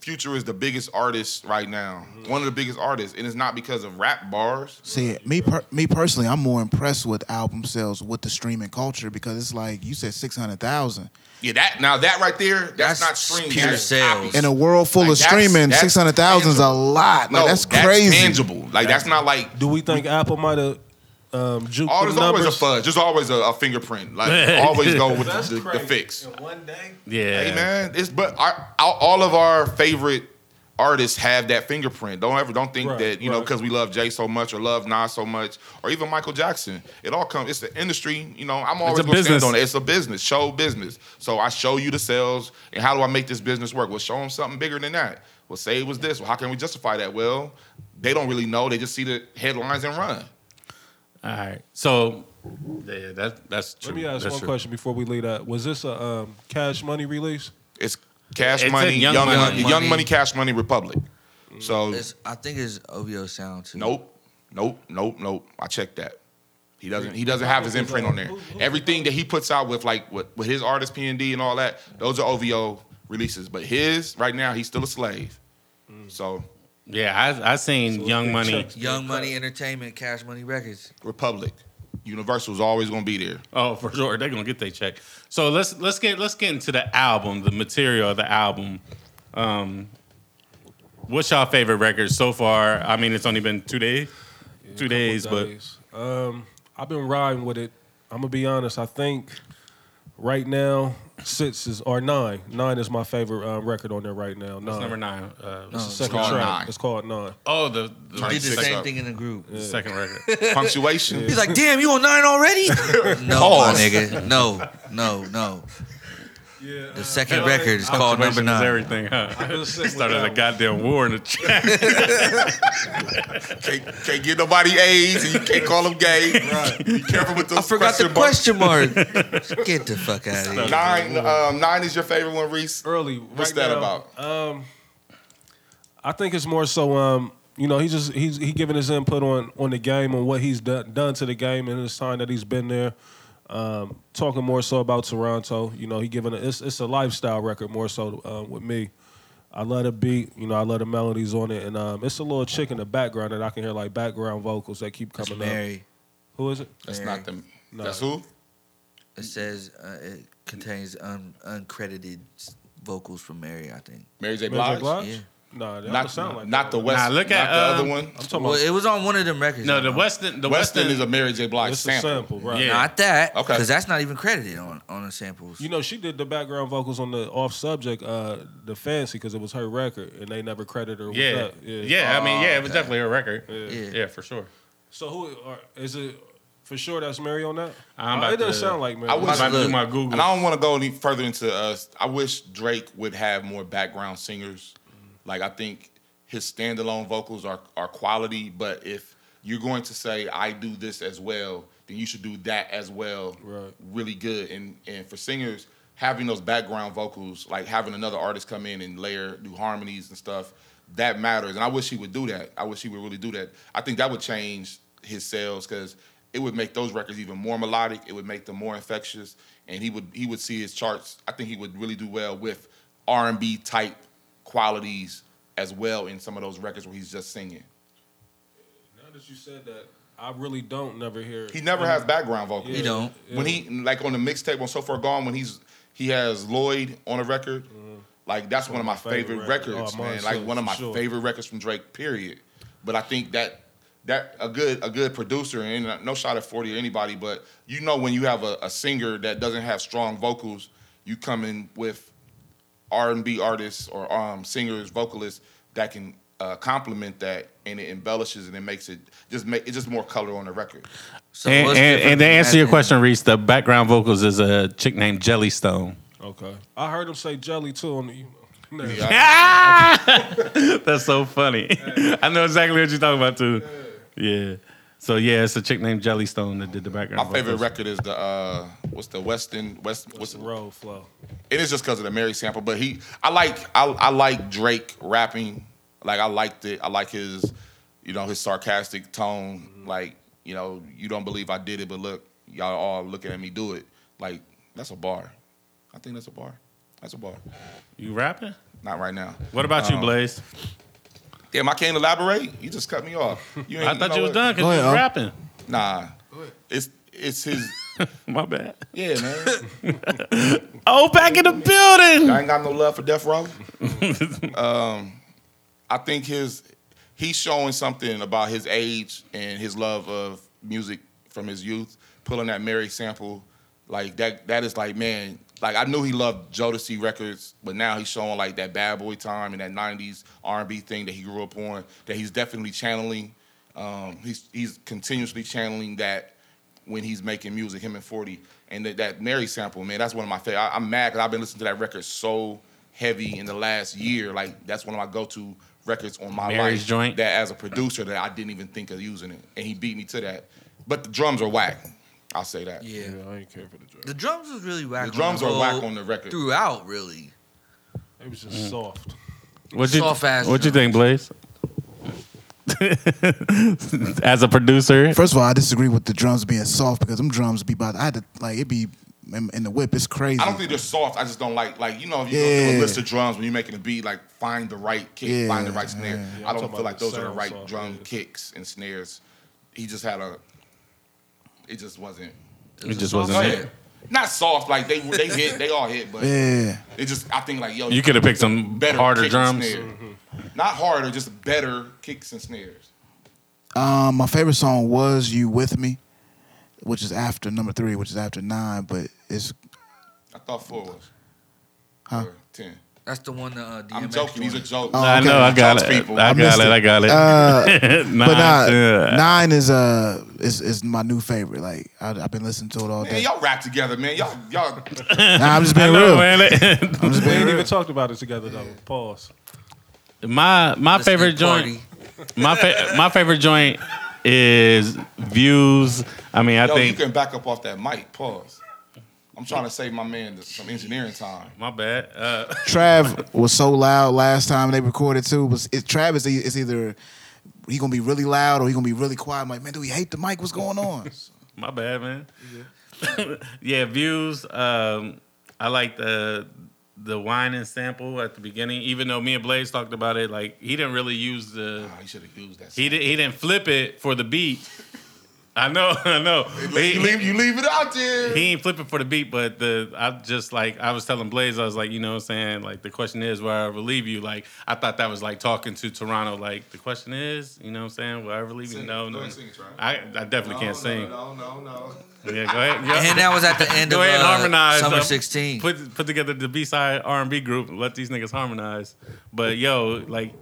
E: Future is the biggest artist right now,
C: Mm-hmm.
E: one of the biggest artists, and it's not because of rap bars.
G: See, me per- me personally, I'm more impressed with album sales with the streaming culture because it's like you said, six hundred thousand
E: Yeah, that now that right there, that's,
C: That's
E: not streams.
C: pure
E: that's
C: sales.
E: copies.
G: in a world full
E: Like,
G: of
E: that's-
G: streaming.
E: that's
G: Six hundred thousand is a
E: tangible.
G: lot.
E: no,
G: like, that's, crazy.
E: tangible. Like that's not like
H: Do we think Apple might have um, juked
E: all.
H: them
E: There's always a
H: numbers?
E: fudge. There's always a, a fingerprint. Like always go with the, the, the fix.
H: one day,
B: Yeah.
E: Hey man, it's but our, all- all of our favorite artists have that fingerprint. Don't ever don't think
H: Right,
E: that you know
H: right.
E: because we love Jay so much or love Nas so much or even Michael Jackson. It all comes. It's the industry. You know, I'm always
B: a
E: gonna stand
B: business.
E: on it. It's a business, show business. So I show you the sales and how do I make this business work? Well, show them something bigger than that. Well, say it was this. Well, how can we justify that? Well, they don't really know. They just see the headlines and run.
B: All right. So yeah, that that's true.
H: let me ask
B: That's
H: one
B: true.
H: question before we leave that. Was this a um, Cash Money release?
E: It's Cash
B: It's a
E: Money,
B: Young
E: Young, money,
B: Money.
E: Young Money, Cash Money Republic. So
C: Mm. It's, I think it's OVO sound too.
E: Nope, nope, nope, nope. I checked that. He doesn't. He doesn't have his imprint on there. Everything that he puts out with like with, with his artist P and D and all that, those are OVO releases. But his right now, he's still a slave.
C: Mm.
E: So
B: Yeah, I I seen Young Money.
C: Young Money Entertainment, Cash Money Records.
E: Republic, Universal's always gonna be there.
B: Oh, for sure, they're gonna get their check. So let's let's get let's get into the album, the material of the album. Um, what's y'all favorite record so far? I mean, it's only been two days, two days, but
H: but um, I've been riding with it. I'm gonna be honest. I think right now six is or nine. Nine is my favorite um, record on there right now. Nine.
B: it's number nine. Uh,
H: It's the second
E: called
H: track.
E: Nine.
H: It's called nine.
B: Oh, the, the
C: We did the
E: Six
C: same
E: up.
C: thing in the group.
B: second record.
E: Punctuation.
C: He's like, damn, you on nine already? no, my
E: Pause.
C: nigga. No, no, no.
H: Yeah.
C: The second record is called Oh, number
B: Punctuation is
C: nine.
B: everything, huh?
H: just sick
B: Started
H: with
B: a
H: that
B: goddamn war in the chat.
E: can't, can't get nobody AIDS, and you can't call them gay. Be careful with those.
C: I forgot the
E: marks.
C: question mark. Get the fuck out of here.
E: Nine, um, nine is your favorite one, Reese.
H: Early.
E: What's
H: right
E: that
H: now, um,
E: about?
H: I think it's more so. Um, you know, he just he's he giving his input on on the game and what he's done done to the game in his time that he's been there. Um, talking more so about Toronto. You know, he giving a, it's it's a lifestyle record more so um, with me. I love the beat. You know, I love the melodies on it, and um, it's a little chick in the background that I can hear like background vocals that keep
C: It's
H: coming up.
C: Mary.
H: Who is it?
E: That's
C: Mary.
E: not them.
H: No.
E: That's who.
C: It says uh, it contains un- uncredited s- vocals from Mary, I think.
E: Mary J.
H: Mary
E: Blige.
H: J. Blige?
C: Yeah.
H: Nah, that don't
E: Not,
H: sound like
E: not
H: that.
E: the West.
B: Nah, look
E: not
B: at,
E: the
H: uh,
E: other
B: um,
E: one.
H: I'm talking
C: Well,
H: about
C: it was on one of them records.
B: no,
C: I
B: the
C: know.
B: Weston, the
E: Weston,
B: Weston
E: is a Mary J. Blige
H: it's a
E: sample.
H: sample, right?
B: Yeah.
C: Not that. Okay.
E: Okay.
C: Because that's not even credited on, on the samples.
H: You know, she did the background vocals on the off subject, uh, the fancy, because it was her record, and they never credited her.
B: Yeah,
H: with that.
B: yeah. I mean, yeah, it was definitely a record. Yeah,
C: Yeah.
B: for sure.
H: So who are, is it? For sure, that's Mary on that.
B: I'm
H: Uh,
B: about
H: it doesn't
B: to-
H: sound like Mary.
E: I
H: I
E: was-
B: I'm about to do
C: Look,
B: my Google.
E: And I don't want to go any further into us. I wish Drake would have more background singers. Like I think his standalone vocals are are quality, but if you're going to say I do this as well, then you should do that as well.
H: Right.
E: Really good. And and for singers, having those background vocals, like having another artist come in and layer do harmonies and stuff, that matters. And I wish he would do that. I wish he would really do that. I think that would change his sales because it would make those records even more melodic. It would make them more infectious, and he would he would see his charts. I think he would really do well with R and B type qualities as well in some of those records where he's just singing.
H: that you said that, I really don't never hear.
E: He never has background vocals.
H: Yeah,
C: He don't.
H: yeah.
E: when he like on the mixtape on So Far Gone when he's he has Lloyd on a record. Like that's one of my favorite,
H: records.
E: records,
H: Mm-hmm. Oh, mine
E: man. Like
H: too,
E: one of
H: for
E: my
H: sure.
E: favorite records from Drake. Period. But I think that that a good a good producer and no shot at forty or anybody, but you know when you have a, a singer that doesn't have strong vocals, you come in with R and B artists or um, singers, vocalists that can uh, complement that and it embellishes and it makes it just make it just more color on the record.
C: So
B: And,
C: what's
B: and,
C: different
B: and to
C: from
B: answer
C: that
B: your
C: then?
B: question, Reese, the background vocals is a chick named Jellystone.
H: Okay, I heard him say jelly too on the. You know, nah.
E: Yeah, I-
B: That's so funny. I know exactly what you're talking about too. Yeah. So yeah, it's a chick named Jellystone that did the
E: My
B: background.
E: favorite
B: vocals.
E: record is the uh, what's the Weston West what's
H: It's road flow.
E: it is just because of the Mary sample, but he I like I, I like Drake rapping like I liked it I like his you know his sarcastic tone
B: Mm-hmm.
E: like you know you don't believe I did it but look y'all all looking at me do it like that's a bar I think that's a bar that's a bar
B: You rapping?
E: not right now
B: What about you, Blaze?
E: damn I can't elaborate you just cut me off you ain't-
B: I thought
E: know
B: you was
E: what?
B: done because
G: Go
B: you was
G: ahead, Al.
B: rapping.
E: nah it's it's his
B: My bad.
E: yeah man
B: Oh, back in the building.
E: I ain't got no love for Death Row. um, I think his he's showing something about his age and his love of music from his youth. Pulling that Mary sample, like that that is like man, like I knew he loved Jodeci records, but now he's showing like that bad boy time and that '90s R&B thing that he grew up on. That he's definitely channeling. Um, he's he's continuously channeling that when he's making music, him and 40. And that, that Mary sample, man, that's one of my favorite. I- I'm mad because I've been listening to that record so heavy in the last year. Like, that's one of my go to records on my
B: Mary's
E: life.
B: joint?
E: That as a producer, that I didn't even think of using it. And he beat me to that. But the drums are whack. I'll say that.
C: Yeah.
H: Yeah, I ain't care for the drug.
C: The drums was really whack.
E: The drums
C: on
E: are
C: the
E: whack
C: whole-
E: on the record.
C: throughout, really.
H: It was just soft.
B: What you
C: Soft ass
B: What you think, Blaze? As a producer,
G: First of all, I disagree with the drums being soft because them drums be about. I had to like it be in, in the whip. It's crazy.
E: I don't think they're soft. I just don't like, like you know, if you go through a
G: Yeah.
E: list of drums when you're making a beat, like find the right kick,
G: Yeah,
E: find the right snare. I
H: I'm
E: don't feel
H: talking about
E: like
H: the
E: those are the
H: sound
E: right
H: soft,
E: drum
H: yeah.
E: kicks and snares. He just had a, it just wasn't.
B: it just wasn't
E: Like,
B: it.
E: Not soft, like they they hit, they all hit, but
G: yeah,
E: it just I think like yo,
B: You could have picked some
E: better
B: harder
E: kick and
B: drums.
E: snare.
H: Mm-hmm.
E: not harder, just better kicks and snares.
G: um, my favorite song was "You With Me," which is after number three, which is after nine, but it's
E: I thought four was,
G: Huh?
E: or ten.
C: That's the one. Uh, DMX
E: I'm joking. These are jokes.
G: Oh,
B: I
G: okay.
B: know. I got
E: Jokes,
B: it.
E: people.
B: I got
G: missed
B: it.
G: it.
B: I got it.
G: Uh,
B: Nah,
G: but nah,
B: yeah.
G: nine is uh is is my new favorite. Like I, I've been listening to it all
E: Man,
G: day.
E: y'all rap together, man. Y'all, y'all.
G: Nah, I'm just
B: I
G: being
B: know,
G: real.
B: man.
G: I'm just
H: We
G: being
H: ain't
G: real.
H: even talked about it together though. Pause.
B: my my
C: listening
B: favorite joint.
C: party.
B: My fa- my favorite joint is views. I mean, I
E: Yo,
B: think
E: you can back up off that mic. Pause. I'm trying to save my man some engineering time.
B: my bad. Uh,
G: Trav was so loud last time they recorded too. Was it, Trav is e- is either he gonna be really loud or he gonna be really quiet? I'm like, man, do we hate the mic? What's going on?
B: my bad, man. yeah, views. Um, I like the the wine and sample at the beginning. Even though me and Blaze talked about it, like he didn't really use the
E: Oh, he should have used that.
B: he didn't he didn't flip it for the beat. I know, I know.
E: you leave, you leave it out there.
B: he ain't flipping for the beat, but the I just like I was telling Blaze, I was like, you know what I'm saying? Like the question is will I ever leave you? Like I thought that was like talking to Toronto, like the question is, you know what I'm saying, will I ever leave you?
E: Sing.
B: No,
E: Go
B: no.
E: ahead and sing it, Toronto.
B: I, I definitely
E: No,
B: can't
E: no,
B: sing.
E: No, no, no.
B: Yeah, go ahead. Yeah.
C: And that was at the end
B: Go
C: of
B: ahead and
C: uh,
B: harmonize,
C: summer
B: though.
C: sixteen.
B: Put put together the B side R and B group. and Let these niggas harmonize. But yo, like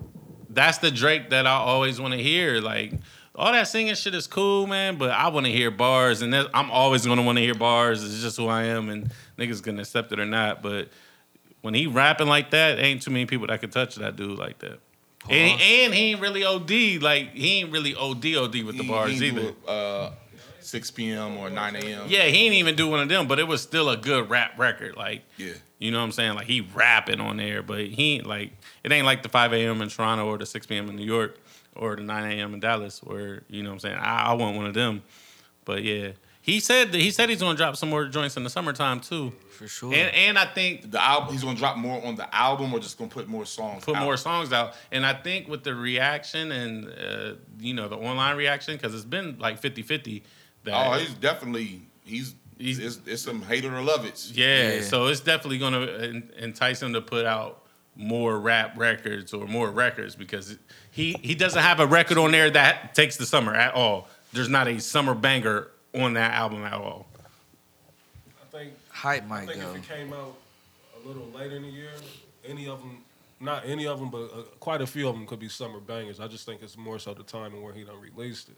B: that's the Drake that I always want to hear. Like all that singing shit is cool, man. But I want to hear bars, and that, I'm always gonna want to hear bars. It's just who I am, and niggas gonna accept it or not. But when he rapping like that, ain't too many people that can touch that dude like that. And, and he ain't really OD. Like he ain't really OD OD with the
E: He-
B: bars
E: he
B: either.
E: do it, uh, 6 p.m. or 9 a.m.
B: Yeah, he ain't even do one of them, but it was still a good rap record. Like,
E: Yeah.
B: you know what I'm saying? Like he rapping on there, but he ain't like it ain't like the 5 a.m. in Toronto or the 6 p.m. in New York or the 9 a.m. in Dallas. Where you know what I'm saying? I, I want one of them, but yeah, He said that he said he's gonna drop some more joints in the summertime too.
C: for sure.
B: And and I think
E: The album he's gonna drop more on the album or just gonna put more songs.
B: put
E: out?
B: more songs out. And I think with the reaction and uh, you know the online reaction because it's been like 50-50 that
E: Oh, he's definitely he's
B: He's-
E: he's it's, it's some hater or love it.
B: yeah,
C: Yeah.
B: So it's definitely gonna uh, en- entice him to put out more rap records or more records because he he doesn't have a record on there that takes the summer at all. There's not a summer banger on that album at all.
H: I think
C: Hype
H: I
C: might
H: think
C: go.
H: if it came out a little later in the year, any of them, not any of them, but uh, quite a few of them could be summer bangers. I just think it's more so the time and where he done released it.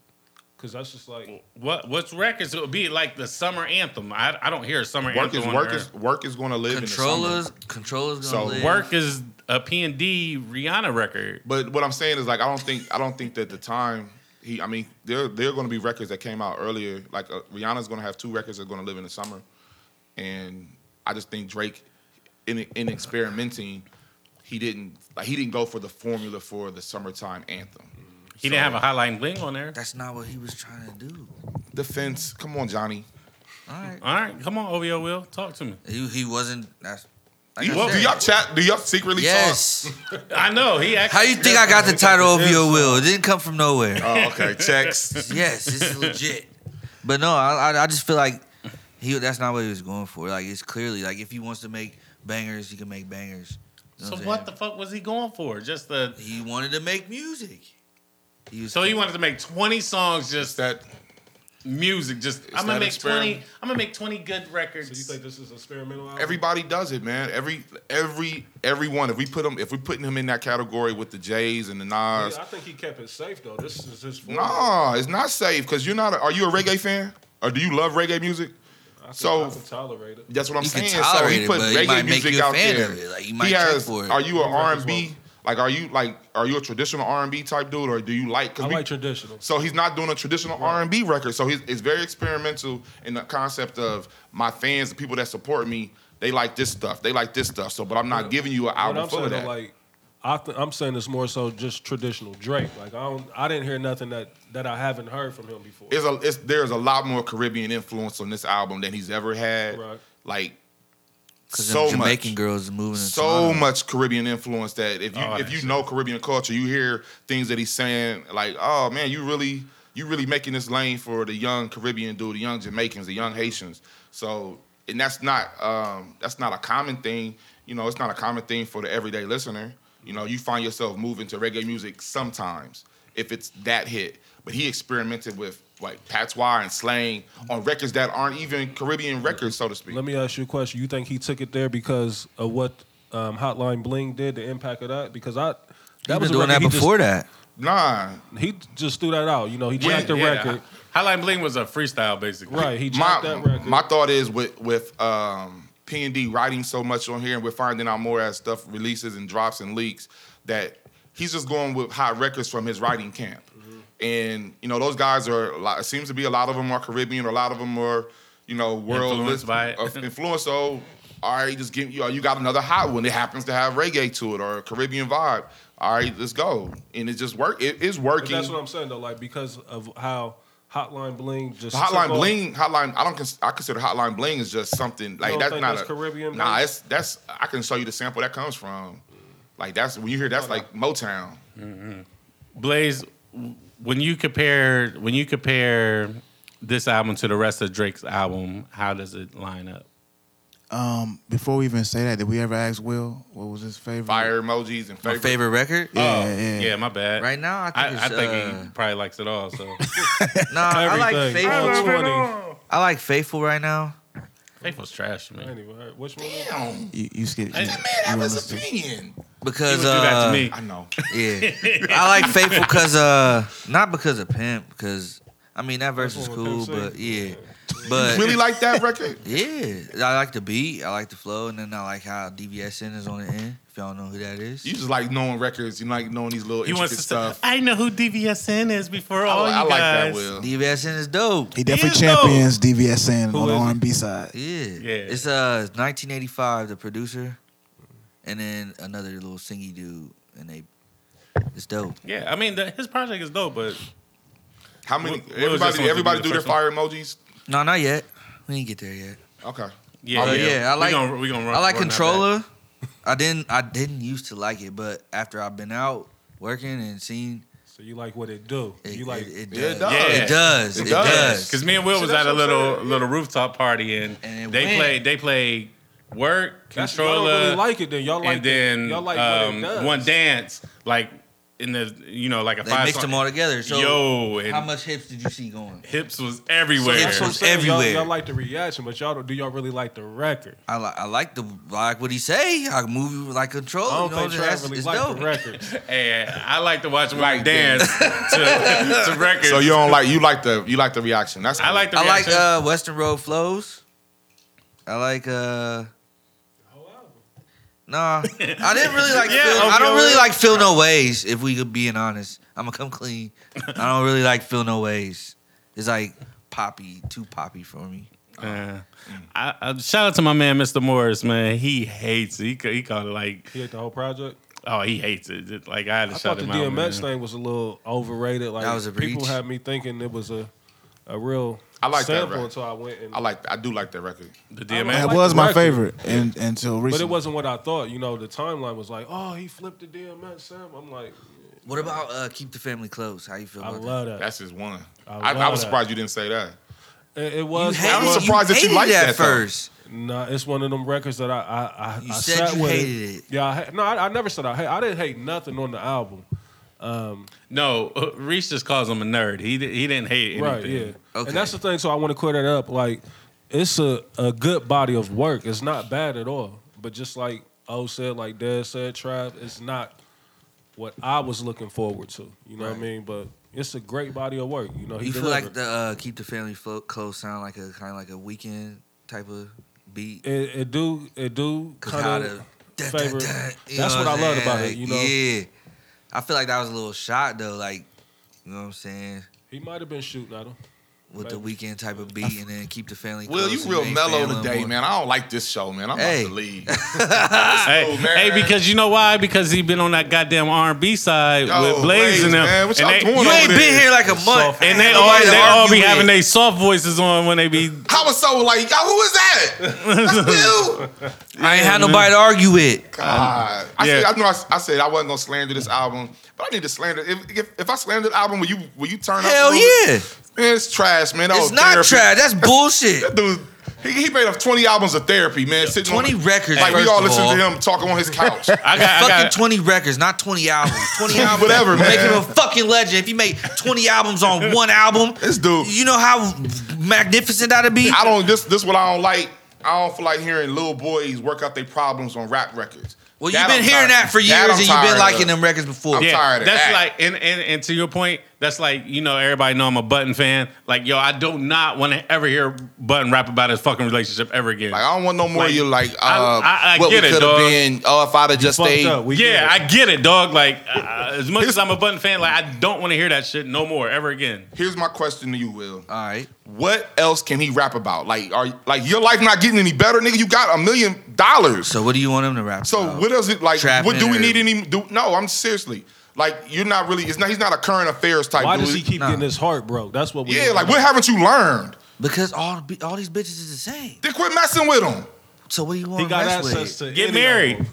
H: Cause that's just like
B: What what's records? It would be like the summer anthem. I, I don't hear a summer
E: Work
B: anthem.
E: is
B: on
E: work
B: there.
E: is work is gonna live in the
C: Controllers,
E: summer.
C: controllers gonna
E: So,
C: live.
B: Work is a P and D Rihanna record.
E: But what I'm saying is like I don't think I don't think that the time he I mean there there are gonna be records that came out earlier. Like uh, Rihanna's gonna have two records that are gonna live in the summer, and I just think Drake in in experimenting. He didn't like he didn't go for the formula for the summertime anthem.
B: He didn't have a highlight bling on there.
C: That's not what he was trying to do.
E: Defense, come on, Johnny.
C: All right.
B: All right, come on, OVO Will, talk to me.
C: He, he wasn't. That's. Like
E: You-
C: I
E: do
C: said.
E: y'all chat? Do y'all secretly talk?
C: Yes.
B: I know he
C: How
B: actually.
C: you think I got the title of your will? It didn't come from nowhere.
E: Oh, okay. Checks.
C: yes, this is legit. But no, I, I I just feel like he that's not what he was going for. Like it's clearly like if he wants to make bangers, he can make bangers. You know
B: So
C: I'm
B: what the
C: saying?
B: fuck was he going for? Just the.
C: He wanted to make music. He was
B: So he wanted to make twenty songs, just
E: that
B: music. Just I'm gonna
E: that
B: make twenty.
E: experiment?
B: I'm gonna make twenty good records.
H: so you think this is experimental album?
E: everybody does it, man. Every every everyone. If we put him, if we're putting him in that category with the Jays and the
H: Yeah,
E: Nas,
H: I think he kept it safe though. This is his form.
E: nah, it's not safe because you're not. A, are you a reggae fan or do you love reggae music?
H: I can,
E: so-
H: I can tolerate it.
E: That's what I'm
C: You can
E: saying.
C: tolerate
E: so
C: it,
E: he put
C: but he
E: reggae
C: might make
E: music
C: you a
E: out
C: fan
E: there.
C: of it. Like, you might
E: he
C: check
E: has.
C: for it.
E: Are you an
H: Right
E: R
H: as
E: and B? Like, are you like, are you a traditional R and B type dude, or do you like?
H: I
E: we-
H: like traditional.
E: So he's not doing a traditional R and B record. So he's it's very experimental in the concept of my fans, the people that support me, they like this stuff, they like this stuff. So, but I'm not giving you an
H: But
E: album
H: I'm
E: full
H: saying
E: of
H: though,
E: that.
H: like I th- I'm saying it's more so just traditional Drake. Like I don't I didn't hear nothing that that I haven't heard from him before.
E: it's a it's, there's a lot more Caribbean influence on this album than he's ever had.
H: Right.
E: Like
C: because
E: so much,
C: Jamaican girls moving to
E: so
C: Toronto.
E: much Caribbean influence that if you
B: Oh,
E: if
B: that
E: you
B: shit.
E: know Caribbean culture, you hear things that he's saying like, oh man, you really you really making this lane for the young Caribbean dude, the young Jamaicans, the young Haitians. So and that's not um, that's not a common thing. You know, it's not a common thing for the everyday listener. You know, you find yourself moving to reggae music sometimes if it's that hit. But he experimented with like patois and slang on records that aren't even Caribbean records, so to speak.
H: Let me ask you a question. You think he took it there because of what um, Hotline Bling did, the impact of that? Because I
C: He's
H: that was
C: been
H: a
C: doing
H: record
C: that
H: he
C: before that.
E: Nah,
H: Just, he just threw that out. You know, he
B: Yeah,
H: jacked the
B: yeah.
H: record.
B: Highlight Bling was a freestyle, basically.
H: Right, he
E: my
H: jacked that record.
E: my thought is with with um, P and D writing so much on here, and we're finding out more as stuff releases and drops and leaks that he's just going with hot records from his writing camp.
B: Mm-hmm.
E: And you know those guys are. a lot- It seems to be a lot of them are Caribbean, a lot of them are you know world
B: Influenced by it.
E: uh, influenced. So all right, just give you. Know, you got another hot one. It happens to have reggae to it or a Caribbean vibe. All right, let's go. And it just work. It is
H: But
E: working.
H: that's what I'm saying though. Like because of how Hotline Bling just
E: The
H: took
E: Hotline
H: off.
E: Bling, Hotline. I don't. Cons- I consider Hotline Bling is just something like
H: don't
E: that's
H: think
E: not
H: that's
E: a
H: Caribbean
E: Nah,
H: based?
E: it's that's. I can show you the sample that comes from. Like that's when you hear that's like Motown.
B: Blaze, w- when you compare when you compare this album to the rest of Drake's album, how does it line up?
G: Um, before we even say that, did we ever ask Will what was his favorite?
E: Fire emojis and
C: My
E: favorite.
C: favorite record
G: Yeah,
B: Oh,
G: yeah.
B: yeah, my bad.
C: right now. I
B: I,
C: think,
B: I
C: it's,
B: think
C: uh,
B: he probably likes it all. So
C: Nah, I like
H: Everything.
C: faithful.
H: All 20.
C: I like faithful right now.
B: Faithful's trash, man.
H: Anyway, all right, which one? was it?
E: Damn,
G: You, you skipped.
B: Hey,
G: you-
B: man,
G: you
E: have
G: wanna
E: his
G: skip-
E: opinion.
B: He
C: Because
B: would do that to
C: uh,
B: me.
E: I know.
C: Yeah, I like Faithful because uh, not because of Pimp, because I mean that verse was
H: That's what Pimp
C: cool,
H: said.
C: but yeah, but
E: really like that record.
C: yeah, I like the beat, I like the flow, and then I like how DVSN is on the end. If y'all know who that is,
E: You just like knowing records. You like knowing these little
B: He wants
E: intricate
B: to stuff.
E: stuff.
B: I know who DVSN is before all Oh,
E: I,
B: you
E: I like that.
B: guys.
E: Will.
C: DVSN is dope.
G: He definitely
B: is, though.
G: champions DVSN on the
H: is it?
G: R&B side.
C: Yeah,
B: Yeah.
C: it's uh 1985, the producer, and then another little singy dude, and they, it's dope.
B: Yeah, I mean the, his project is dope, but
E: How many?
B: Will- Will is just
E: everybody,
B: supposed to
E: everybody
B: be the
E: do their
B: first one.
E: fire emojis.
C: No, not yet. We ain't get there yet.
E: Okay.
B: Yeah,
C: Oh, yeah, I like-
B: We gonna, we gonna run,
C: I like
B: run that back.
C: controller. I didn't. I didn't used to like it, but after I've been out working and seen,
H: So you like what it do?
C: it,
H: you like
C: it, it,
E: Yeah, it
C: does.
E: does.
B: Yeah.
C: It does.
E: It
C: It,
E: does.
C: does.
B: Because me and Will was
E: See,
B: at
E: that's
B: a
E: what I'm
B: little
E: saying.
B: little rooftop party and,
C: And it
B: they
C: went.
B: played they played work
H: That's- y'all
B: controller
H: don't really like it then. Y'all like
B: and
H: the-
B: then
H: y'all like what it
B: um,
H: does.
B: one dance like in the you know like a
C: They
B: five
C: mixed
B: song-
C: them all together. So
B: yo and
C: how much hips did you see going?
B: hips was everywhere.
C: Hips
H: That's what I'm
C: was
H: saying. Y'all-
C: everywhere.
H: Y'all, like the reaction, but y'all don't. Do y'all really like the record?
C: I like. I like the like what he say. I move like controller.
H: I don't
C: you know,
H: think
C: Oh, that's,
H: Trav really
C: it's
H: like
C: dope.
H: the record.
B: and I like to watch them
E: Like
B: dance to, to records.
E: So you don't like you like the you like the reaction. That's
B: I like the
C: I like
B: reaction.
C: uh, Western Road flows. I like uh. Nah, I didn't really like.
B: Yeah,
C: feel, I
B: okay,
C: don't really
B: well-
C: like feel no ways. If we could being honest, I'm gonna come clean. I don't really like feel no ways. It's like poppy, too poppy for me.
B: Uh, I, I, shout out to my man Mr. Morris, man. He hates it. He, ca- he called it like,
H: He hit the whole project.
B: oh, he hates it. Just, like I had to
H: I
B: shout
H: thought the
B: him out. man.
H: DMX thing was a little overrated. Like
C: That was a
H: people
C: reach.
H: had me thinking it was a a real
E: I like that
H: sample
E: record.
H: until I went and
E: I like I do like that record.
B: The
H: I
G: That
B: DMX.
H: like
G: was
H: the
G: my
H: record.
G: favorite and, until
H: But
G: recently.
H: it wasn't what I thought. You know, the timeline was like, oh, he flipped the DMX Sam. I'm like,
C: What about uh, keep the family close? How you feel
H: I
C: about
H: love that.
E: That's just one.
H: I
E: I,
H: love
E: I, was
H: that.
E: surprised you didn't say that.
H: It, it
C: that? You
H: was.
C: hated,
E: I'm surprised
C: you
E: that you
C: hated
E: liked that, though.
C: first.
H: Nah, it's one of them records that I I I,
C: You
H: I
C: said
H: sat
C: you
H: with
C: hated it.
H: Yeah, I, ha- no, I, I never said I hate. I didn't hate nothing on the album. Um,
B: No, uh, Reese just calls him a nerd. He di- he didn't hate anything.
H: right, yeah.
C: Okay.
H: And that's the thing. So I want to clear that up. Like, it's a a good body of work. It's not bad at all. But just like O said, like Dad said, Trav, it's not what I was looking forward to. You know what I mean? But it's a great body of work. You know, he
C: You feel
H: delivered.
C: like the uh, keep the family flo- close sound like a kind of like a weekend type of beat.
H: it, it do it do
C: Cause how
H: kind
C: the
H: of
C: dun, dun,
H: favor.
C: dun, you
H: That's
C: know
H: what I loved
C: I'm
H: about it.
C: saying?
H: You know,
C: yeah. I feel like that was a little shot though, like you know what I'm saying,
H: he might have been shooting at him.
C: with the
H: Right.
C: weekend type of beat, and then keep the family.
E: Will,
C: close
E: you
C: and
E: real
C: make
E: mellow
C: family
E: today,
C: more.
E: man. I don't like this show, man. I'm
C: Hey.
E: about to leave.
B: Hey,
E: Oh, man.
B: hey, because you know why? Because he been on that goddamn R and B side
E: Yo,
B: with Blaze
E: Blaze,
B: and them.
E: man, what
B: and
E: y'all
B: they,
E: doing
C: You
E: over
C: ain't
E: there?
C: been here like a month,
B: And they
C: Nobody
B: all
C: to
B: they all
C: argue
B: be
C: with.
B: having their soft voices on when they be.
E: I was so like, yo, who is that? That's you.
C: I ain't had nobody to argue with.
E: God. I,
B: Yeah.
E: said, I know I, s- I said I wasn't gonna slander this album, but I need to slander. If, if, if I slander the album, will you will you turn up? a
C: Hell
E: little bit?
C: yeah!
E: man, it's trash, man. That
C: It's
E: was
C: not
E: Oh, therapy.
C: trash. That's bullshit.
E: That dude, he, he made up twenty albums of therapy, man. Sitting on-
C: Twenty records.
E: Like
C: first
E: we all
C: of
E: listen
C: all.
E: to him talking on his couch.
B: I got, I
C: Fucking
B: got,
C: twenty records, not twenty albums. Twenty albums,
E: Whatever, man.
C: Make him a fucking legend. If you make twenty albums on one album,
E: This dude-
C: you know how magnificent that'd be.
E: I don't. This this what I don't like. I don't feel like hearing little boys work out their problems on rap records.
C: Well,
E: That
C: you've been
E: I'm
C: hearing
E: tired-
C: that for years,
E: I'm
C: and you've
E: tired
C: been liking
E: of.
C: them records before.
E: I'm tired of
B: that's
E: that.
B: like and, and and to your point, that's like you know everybody know I'm a Button fan. Like yo, I do not want to ever hear Button rap about his fucking relationship ever again.
E: Like I don't want no more.
B: Like,
E: of you like uh,
B: I- I- I
E: what
B: get it,
E: we could have
B: dog.
E: been. Oh, if I'd have just
H: Fucked
E: stayed.
H: up. We
B: yeah,
H: did.
B: I get it, dog. Like uh, as much as I'm a Button fan, like I don't want to hear that shit no more ever again.
E: Here's my question to you, Will.
C: All right.
E: What else can he rap about? Like, are like your life not getting any better, nigga? You got a million dollars.
C: So what do you want him to rap?
E: So
C: about?
E: what else? It like?
C: Trapping
E: What do we
C: or-
E: need any? Do, no, I'm seriously like you're not really. It's not. He's not a current affairs type.
H: Why
E: dude.
H: does he keep
C: Nah.
H: getting his heart broke? That's what we.
E: Yeah, like what haven't you learned?
C: Because all the bi- all these bitches is the same.
E: Then quit messing with him.
C: So what do you want
H: He
C: to
H: got
C: mess
H: access
C: with?
H: to
B: Get
H: any of
B: married.
H: them.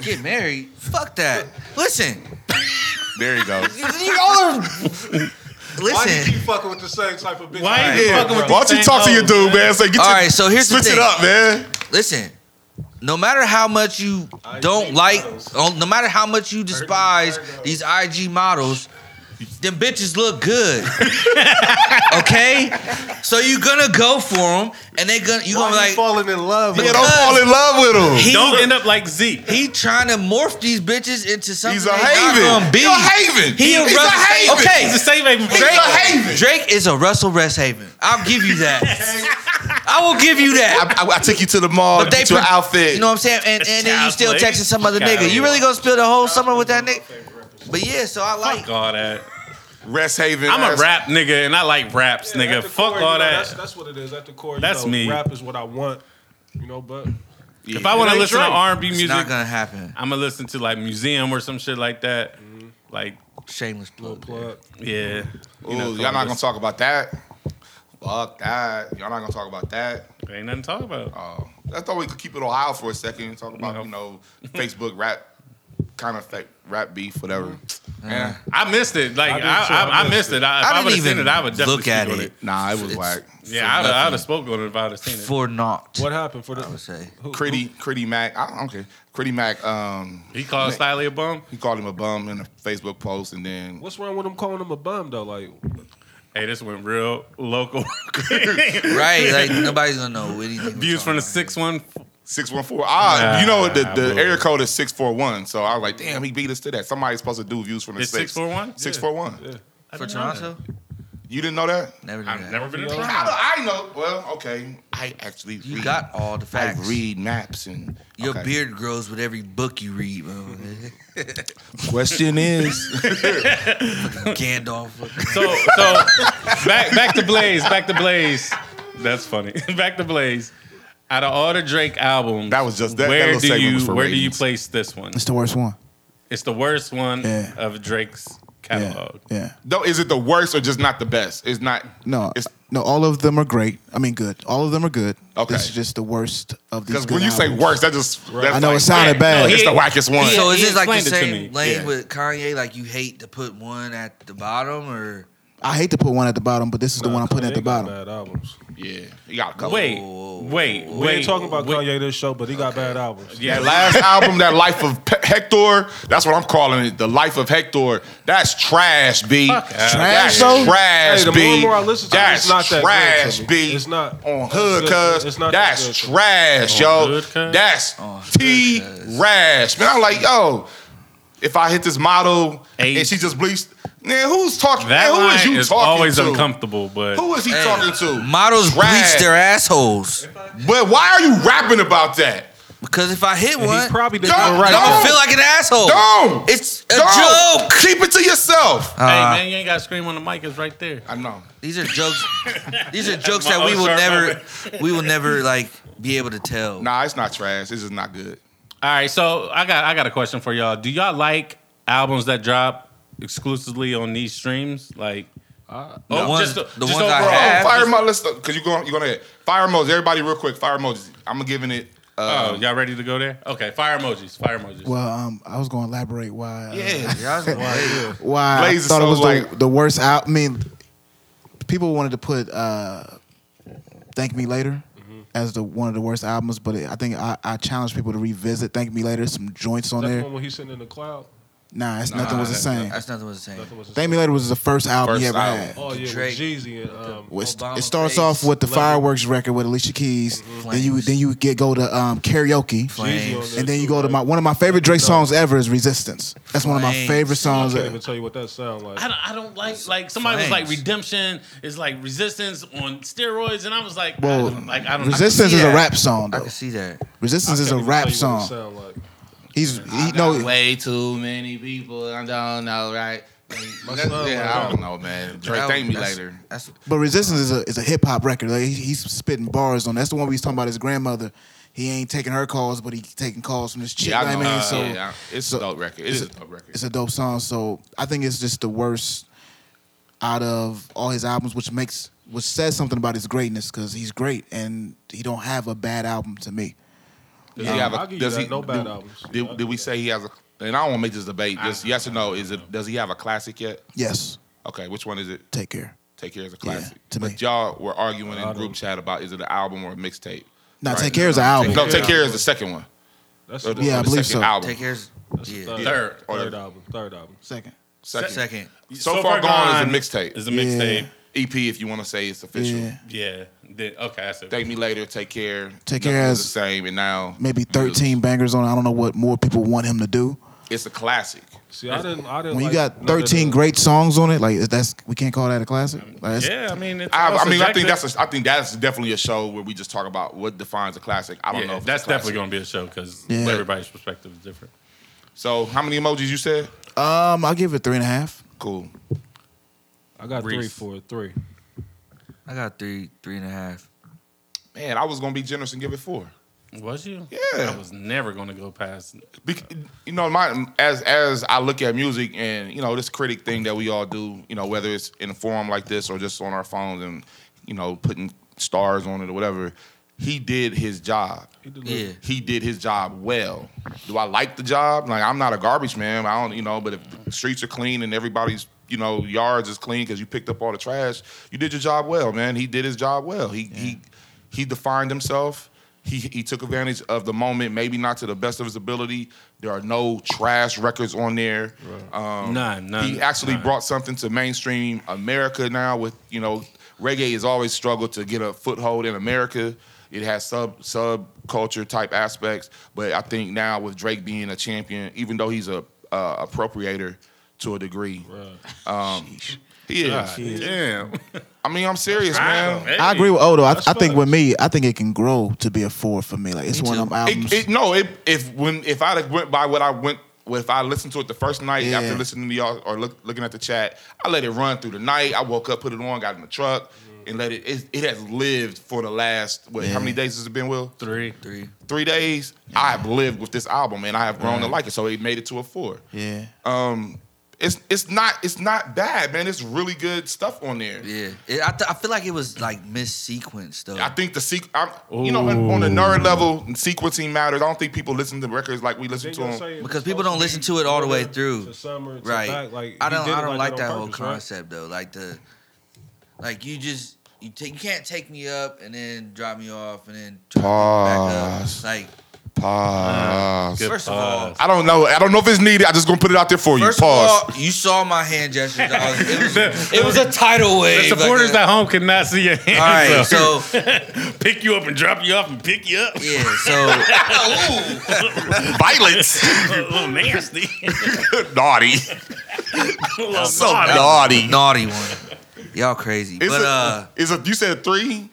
C: Get married? Fuck that. Listen,
E: There he goes.
C: you- you all are-
F: Why do you
C: listen.
F: keep fucking with the same type of bitch?
B: Why you
E: Yeah.
B: fucking with
E: Why don't
B: these
E: you
B: same
E: talk to your
B: hoes,
E: dude, man? Say, get
C: All
E: your,
C: right, so here's the
E: switch
C: thing.
E: it up, man.
C: Listen, no matter how much you don't like, oh, no matter how much you despise these IG models, them bitches look good. okay, so you're gonna go for them, and they gonna you
F: Why
C: gonna
F: you
C: like
F: falling in love
E: Yeah,
F: with
E: don't fall in love with him.
C: he,
B: Don't end up like Zeke.
C: he trying to morph these bitches into something.
E: He's a
C: they not
E: haven.
C: gonna be.
E: He's a haven.
C: He a
E: He's a
C: Russell-
E: haven.
C: Okay,
B: He's a safe haven. for
E: He's a
B: Drake.
E: haven.
C: Drake is a Russell Rest Haven. I'll give you that. I will give you that.
E: I, I, I took you to the mall,
C: But
E: get you
C: pro-
E: an outfit.
C: You know what I'm saying? And, and then you
B: Child's
C: still
B: play.
C: texting some other
B: Fuck outta
C: nigga.
B: here.
C: You really gonna spill the whole summer with that nigga? But yeah, so I like.
B: Fuck all that.
E: Rest Haven.
B: I'm a
E: ass-
B: rap nigga and I like raps,
H: Yeah, at
B: nigga.
H: the
B: Fuck
H: core, you
B: all
H: know,
B: that.
H: That's, that's what it is at the core. You
B: That's
H: know,
B: me.
H: Rap is what I want. You know, but
B: if I want to
H: It ain't
B: listen to
H: Drake.
B: R&B
C: It's
B: music,
C: not gonna happen.
B: I'm gonna listen to like Museum or some shit like that.
H: Mm-hmm.
B: Like,
C: Shameless plug.
H: plug.
B: yeah.
E: Ooh, y'all not gonna talk about that. Fuck that. Y'all not gonna talk about that.
B: Ain't nothing to talk about.
E: Uh, I thought we could keep it Ohio for a second and talk about
B: No.
E: you know Facebook rap kind of fake rap beef whatever. Yeah.
B: I missed it. Like I,
H: did
B: I,
H: too.
B: I,
H: I missed
B: missed it. I, if
C: I
B: I,
C: didn't
B: would have seen
C: even
B: it, I would definitely
C: look at
B: speak on
C: it.
B: it.
E: Nah, it was
C: It's-
E: whack.
B: Yeah, I'd have, I'd
C: nothing.
B: have spoke on it if I'd have seen it.
C: for naught.
H: What happened for the?
C: I would say.
H: who-
E: Critty Critty Mac. I don't care. Critty Mac. Um,
B: He called Stiley a bum.
E: he called him a bum in a Facebook post and then
H: What's wrong with him calling him a bum though? Like,
B: Hey, this went real local.
C: Right, like nobody's gonna know anything.
B: Views from the six one.
E: Six one four. Ah,
B: Nah,
E: you know the,
B: boo.
E: the area code is six four one. So I was like, damn, he beat us to that. Somebody's supposed to do views from the
B: It's
E: six.
B: 641?
E: Six four one.
C: for Toronto.
E: You didn't know that?
C: Never knew
B: I've
C: that.
B: never been in Toronto.
E: I, I know. Well, okay. I actually
C: You
E: read,
C: got all the
E: I
C: facts.
E: read maps and
C: Your
E: okay.
C: beard grows with every book you read, bro.
E: Question is,
C: Gandalf. fucking-
B: So so back back to Blaze. Back to Blaze. That's funny. Back to Blaze. Out of all the Drake albums,
E: That was just- that- that
B: where
E: little
B: do
E: segment
B: you
E: was for
B: where do you
E: ratings.
B: place this one?
G: It's the worst one.
B: It's the worst one
G: Yeah.
B: of Drake's
G: Yeah,
B: catalog.
G: yeah.
E: though, is it the worst or just not the best? It's not.
G: No,
E: It's
G: no. All of them are great. I mean, good. All of them are good.
E: Okay.
G: This is just the worst of these.
E: because
G: good
E: when you say
G: albums.
E: worst, that just that's
G: I know
E: like,
G: it sounded
B: No,
G: bad.
B: he-
E: It's the wackest one.
C: so
B: Yeah,
C: is
B: he
C: this like the
B: explained it to me.
C: same lane
E: Yeah.
C: with Kanye? Like you hate to put one at the bottom, or
G: I hate to put one at the bottom, but this is the one I'm putting at the bottom.
H: Bad albums.
E: yeah, you got a couple.
B: Wait,
C: Oh.
B: wait,
H: We
B: wait.
H: ain't talking about
B: wait.
H: Kanye this show, but he got bad albums.
B: Yeah,
E: That last album, that Life of Pe- Hector, that's what I'm calling it. The Life of Hector. That's trash, B.
B: Fuck out.
E: That's
G: Trash, though?
E: trash,
H: Hey, the
E: B.
H: more and more I listen to it,
E: that's
H: it's not that good
E: trash,
H: to me.
E: B.
H: It's not-
E: on hood,
H: it's good-
E: cuz.
H: it's not that
E: That's
H: good to me.
E: trash,
B: On
E: yo.
B: hood, cuz?
E: That's
C: On
E: T
C: hood, cuz.
E: rash. Man, I'm like, yo, if I hit this model
B: Hey.
E: and she just bleached, man, who's talking?
B: That
E: man, who
B: line
E: is you
B: is
E: talking
B: always
E: to?
B: uncomfortable, but
E: Who is he
C: Hey,
E: talking to?
C: models
E: Trash.
C: bleach their assholes.
E: But why are you rapping about that?
C: Because if I hit
H: He
C: one,
H: probably didn't
E: Don't-
H: do right.
E: don't-
C: I
H: though.
C: feel like an asshole.
E: Don't.
C: It's a
E: Don't.
C: joke.
E: Keep it to yourself.
B: hey
C: Uh,
B: man, you ain't got to scream on the mic. It's right there.
E: I know.
C: These are jokes. these are jokes
B: My
C: that we
B: own
C: will
B: sharp
C: never, we will never like be able to tell.
E: Nah, it's not trash. It's just not good.
B: All right, so I got I got a question for y'all. Do y'all like albums that drop exclusively on these streams? Like, Uh,
C: The ones- the ones I
E: Oh,
C: have-
E: fire mode. Let's because you going you going ahead. Fire modes. Everybody, real quick. Fire emojis. I'm giving it. Uh,
B: Oh, y'all ready to go there? Okay, fire emojis, fire emojis.
G: Well, um, I was going to elaborate why. uh,
E: yeah.
C: Yeah, I was like,
G: why
E: Blaze
G: I
E: is
G: thought
E: so
G: it was the,
E: like-
G: the worst out. I mean, people wanted to put uh, "Thank Me Later"
H: Mm-hmm.
G: as the one of the worst albums, but it, I think I, I challenge people to revisit "Thank Me Later." Some joints on
H: That's the
G: there.
H: one when he's sitting in the cloud.
G: Nah, it's nothing was the
E: that's-
G: same.
C: that's nothing was the same.
H: Nothing was the
G: "Thank Me Later" was the first album he
E: First
G: ever
E: album.
G: had.
H: Oh yeah,
C: Drake.
H: with Jeezy and um,
G: Well, it's-
C: Obama
G: it starts
C: face.
G: off with the
H: Leather.
G: fireworks record with Alicia Keys. Then you
C: Flames.
G: then you get go to um, karaoke.
H: Jeezy on
C: Flames.
H: there
G: And then you
H: too,
G: go to
H: right?
G: my one of my favorite Drake songs ever is Resistance. That's one of my
C: Flames.
G: favorite
H: I
G: songs.
H: can't even tell you what that sound like.
B: I don't, I don't like like somebody was like
C: Flames.
B: redemption is like resistance on steroids, and I was like, I
G: Well,
B: don't, like I don't
G: Resistance
C: see
G: is a
C: that.
G: rap song
C: I
G: though.
C: can see that.
G: Resistance is a rap song.
H: Sound like.
G: He's he, no
E: Way too many people. I don't know, right?
H: love,
E: yeah, I
H: man.
E: don't know, man. Drake,
C: That-
E: thank me
C: that's-
E: later.
C: That's
G: but Resistance is a is a hip hop record. Like, he, he's spitting bars on. That's the one we was talking about his grandmother. He ain't taking her calls, but he taking calls from this chick.
E: Yeah, I
G: you know
E: know.
G: what I mean, so
E: yeah, I- it's
G: so-
E: a dope record. It's, a dope record.
G: it's a dope song. So I think it's just the worst out of all his albums, which makes which says something about his greatness because he's great and he don't have a bad album to me.
E: Does he have
H: I'll
E: a?
H: give you
E: Does
H: that.
E: he?
H: No bad
E: do-
H: albums.
E: Did, did we say he has a? And I don't want to make this debate. Just yes or no. Is it? Does he have a classic yet?
G: Yes,
E: Okay, which one is it?
G: take care.
E: Take care is a classic.
G: to
E: but
G: me.
E: y'all were arguing in
H: don't-
E: group chat about is it an album or a mixtape?
G: Now
E: Right.
G: take care is an album.
E: No, take care is the second one.
H: That's
E: Or the-
G: Yeah,
E: or
G: I
E: the
G: believe
E: second
G: so.
E: Album.
C: take care's yeah.
H: third,
B: Third.
E: Or
H: third
E: the
H: album. Third album.
G: Second.
E: second.
C: Second,
E: So, far, gone, is a mixtape.
B: Is a mixtape.
E: EP, if you want to say it's official.
G: Yeah.
B: Yeah. Then- okay, I said.
E: Thank me later. Take care.
G: Take
E: Nothing
G: Care
E: is
G: has
E: the same. And now
G: Maybe 13 bangers on. it. I don't know what more people want him to do.
E: It's a classic.
H: See, I didn't. I didn't.
G: When you
H: like
G: got
H: none of
G: 13
H: the-
G: great songs on it, like that's we can't call that a classic. Like, that's-
B: yeah, I mean, it's
E: I,
B: all
E: I mean, I think
B: subjective.
E: that's a, I think that's definitely a show where we just talk about what defines a classic. I don't
B: yeah,
E: know. If
B: that's
E: it's a classic.
B: definitely gonna be a show because
G: Yeah.
B: everybody's perspective is different.
E: So, how many emojis you said?
G: Um, I'll give it three and a half.
E: Cool.
H: I got three,
B: Reese.
H: four, three.
C: I got three, three and a half.
E: Man, I was gonna be generous and give it four.
B: Was you?
E: Yeah.
B: I was never gonna go past.
E: Bec- you know, my as as I look at music and you know this critic thing that we all do, you know, whether it's in a forum like this or just on our phones and you know, putting stars on it or whatever. He did his job.
C: Yeah.
E: He did his job well. Do I like the job? Like I'm not a garbage man. I don't, you know. But if the streets are clean and everybody's, you know, yards is clean because you picked up all the trash, you did your job well, man. He did his job well. He he he defined himself. He he took advantage of the moment, maybe not to the best of his ability. There are no trash records on there. Um,
B: None, none,
E: He actually
B: none.
E: brought something to mainstream America now. With you know, reggae has always struggled to get a foothold in America. It has sub subculture type aspects, but I think now with Drake being a champion, even though he's a uh, appropriator to a degree, um, he is.
B: Damn.
E: I mean, I'm serious, man.
B: Hey.
G: I agree with Odo. I, I think with me, I think it can grow to be a four for me. Like it's one of them albums.
E: It, it, no, it, if when if I went by what I went, if I listened to it the first night
G: Yeah.
E: after listening to y'all or look, looking at the chat, I let it run through the night. I woke up, put it on, got in the truck, and let it, it. It has lived for the last what? How many days has it been? Will
B: Three.
C: Three.
E: three days? I have lived with this album, and I have grown to like it. So it made it to a four.
G: yeah.
E: Um, it's it's not it's not bad, man. It's really good stuff on there.
C: Yeah. It, I, th- I feel like it was like missequenced though.
E: I think the sequ- I'm, you know, on the nerd level, sequencing matters. I don't think people listen to records like we listen to them.
C: Because people don't listen to it all the way through.
H: To summer, to
C: right.
H: back, like,
C: I
H: he
C: don't
H: did it
C: I don't like
H: on
C: that whole
H: purpose, right?
C: concept though. Like the like you just you take you can't take me up and then drop me off and then try
E: Pause.
C: to pick me back up.
E: Pause.
C: Like first of all,
E: I don't know. I don't know if it's needed. I just gonna put it out there for you.
C: First
E: Pause.
C: of all, you saw my hand gestures. I was- it, was, it was a tidal
B: The
C: wave.
B: supporters
C: like
B: at home cannot see your hands.
C: a- all right, so
B: pick you up and drop you off and pick you up.
C: yeah, so
E: Violence.
B: a little oh, nasty. Oh,
E: naughty.
B: A little
E: So
B: naughty.
E: naughty.
C: naughty one. Y'all crazy,
E: It's
C: but
E: a,
C: uh,
E: it's a, you said three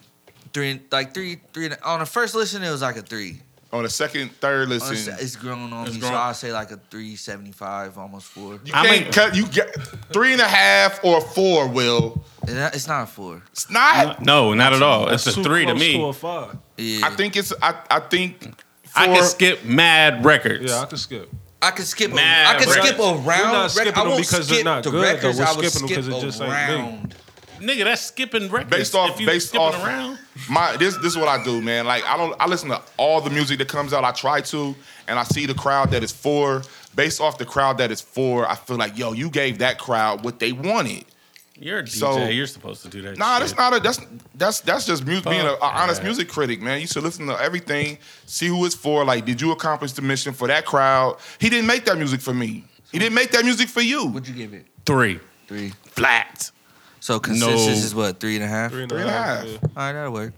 C: three like three three and- on the first listen it was like a three.
E: on the second, third
C: On the se-
E: listen.
C: Oh, it's grown on
B: It's
C: me,
B: grown.
C: so I'll say like a three seventy five, almost four.
E: you
B: I'm
E: can't
B: a-
E: cut. You get three and a half or four. Will
C: It's not- It's not a four.
E: it's not.
B: No, not at all. It's a
H: Too
B: three to
H: close
B: me.
H: To a five.
C: Yeah,
E: I think it's. I, I think.
B: I
E: four-
B: can skip mad records.
H: Yeah, I could skip.
C: I could skip. A,
B: Mad
C: I could
B: records.
C: skip a round.
H: We're not
C: rec-
H: skipping
C: I
H: them
C: won't
H: because they're
C: skip
H: not
C: the
H: good, though.
C: records.
H: We're
C: I would
H: skipping
C: skip
H: them 'cause it
C: a
H: just ain't me.
C: round.
B: Nigga, that's skipping records.
E: based off
B: If you
E: based
B: skipping
E: off
B: around.
E: my this this is what I do, man. Like I don't I listen to all the music that comes out. I try to, and I see the crowd that is for. Based off the crowd that is for, I feel like yo, you gave that crowd what they wanted.
B: You're a DJ.
E: So-
B: You're supposed to do that.
E: Nah,
B: shit.
E: that's not a that's that's that's just mu- being an
B: Fuck
E: honest
B: that.
E: music critic, man. You should listen to everything, see who it's for. Like, did you accomplish the mission for that crowd? He didn't make that music for me. He didn't make that music for you.
C: Would you give it
B: three
C: three?
B: flat.
C: So consensus is what three and a half.
H: Three and
E: Three and a half.
H: yeah.
C: All right, that'll work.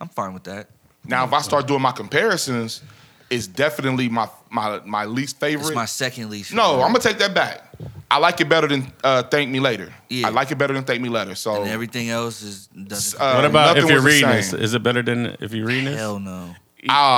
C: I'm fine with that.
E: Now, if I start doing my comparisons, it's definitely my my my least favorite.
C: It's my second least.
E: No,
C: favorite.
E: I'm gonna take that back. I like it better than uh, Thank Me Later.
C: Yeah.
E: I like it better than Thank Me Later. So
C: And everything else is doesn't.
E: Uh,
B: What about if
E: nothing
B: you're
E: was the
B: reading this?
E: same.
B: Is it better than if you're reading this?
C: hell no.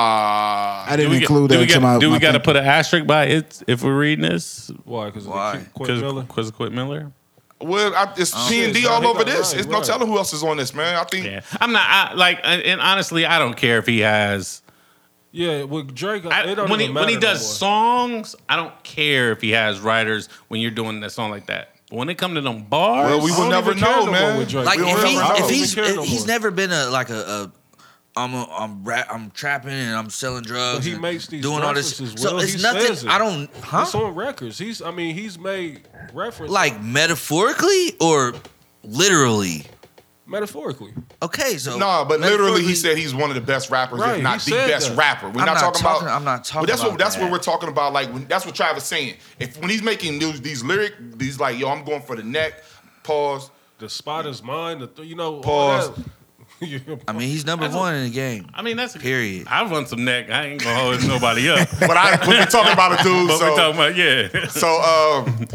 E: ah,
B: Do
G: I didn't
B: we, get-
G: include
B: do
G: that
B: we,
G: into
B: get-
G: my.
B: do
G: my
B: we got to
G: thing.
B: put an asterisk by it if we're reading this?
H: Why? Because
C: Why?
H: Quinn Miller.
B: Because Quit Miller.
E: well, I, it's
C: Oh,
E: P and D
H: shit,
E: all
H: he
E: over
H: got
E: this.
H: right,
E: It's no
H: right.
E: telling who else is on this, man. I think
B: Yeah, I'm not I, like, and, and honestly, I don't care if he has.
H: Yeah, with Drake,
B: I,
H: it don't
B: when he
H: even
B: when he
H: matter no
B: does
H: more.
B: songs, I don't care if he has writers. When you're doing a song like that, but when it comes to them bars,
E: Well, we
H: I
E: will
H: don't
E: never
H: even care
E: know,
H: no more
E: man.
H: with Drake.
C: Like
E: We
C: if,
E: don't
C: he,
E: ever know.
C: if
E: We
C: he's
H: care no
C: he's
H: more.
C: never been a like a. a I'm a, I'm rap, I'm trapping and I'm selling drugs.
H: But he
C: and
H: makes these
C: doing all this.
H: references,
C: So
H: Will.
C: it's
H: He
C: nothing.
H: says it.
C: I don't. Huh?
H: It's on records. He's, I mean, he's made reference
C: like metaphorically or literally.
H: metaphorically.
C: Okay, so
E: no, but literally, he
C: metaphorically-
E: said he's one of the best rappers,
H: Right,
E: if
H: he
E: not the
H: said
E: best
H: that.
E: rapper. We're not,
C: I'm not
E: talking,
C: talking-
E: about.
C: I'm not talking
E: But that's
C: about
E: what that's
C: that.
E: what we're talking about. Like when, that's what Travis saying. If when he's making these, these lyric, these like yo, I'm going for the neck. Pause.
H: The spot is mine. The th- you know, all
E: Pause.
H: that. You-
C: I mean, he's number one in the game.
B: I mean that's a,
C: Period.
B: I run some neck. I ain't gonna hold nobody up. but
E: But I but we're talking about a dude.
B: we
E: so
B: talking about yeah.
E: So um,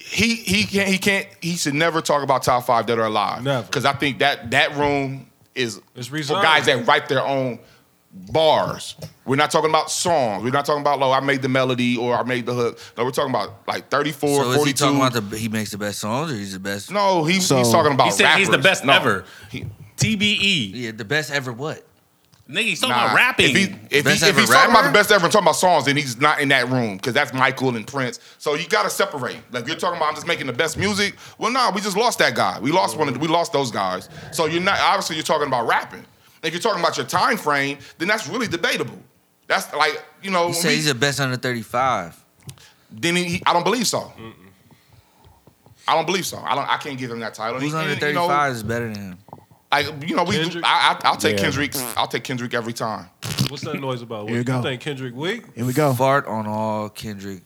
E: he he can't he can't he should never talk about top five that are alive.
H: Never.
E: Because I think that that room is
H: It's
E: for
H: reserved.
E: guys that write their own bars. We're not talking about songs. We're not talking about oh I made the melody or I made the hook. No, we're talking about like 34,
C: So is
E: 42.
C: he talking about the he makes the best songs or he's the best?
E: no, he,
G: So-
E: he's talking about
B: He said he's the
E: rappers.
B: best
E: No.
B: ever.
E: He-
B: TBE.
C: Yeah, the best ever. What?
B: E. Nigga, he's talking
E: Nah.
B: about rapping.
E: If, he, if,
C: Best
E: he, if
C: ever
E: he's talking about
C: rapper?
E: the best ever and talking about songs, then he's not in that room because that's Michael and Prince. So you got to separate. Like you're talking about, I'm just making the best music. Well, nah, we just lost that guy. We lost one. Of, we lost those guys. So you're not obviously you're talking about rapping. If you're talking about your time frame, then that's really debatable. That's like you know.
C: You
E: when
C: say
E: we-
C: he's the best under 35.
E: then he, he- I don't believe so. I don't believe so. I don't. I can't give him that title.
C: Who's
E: And,
C: under
E: and, you
C: 35
E: know,
C: is better than him?
E: Like you know, we.
H: Kendrick?
E: I, I, I'll take
H: Yeah.
E: Kendrick. I'll take Kendrick every time.
H: What's that noise about? What,
G: Here we go.
H: think Kendrick weak?
G: Here we go.
C: Fart on all Kendrick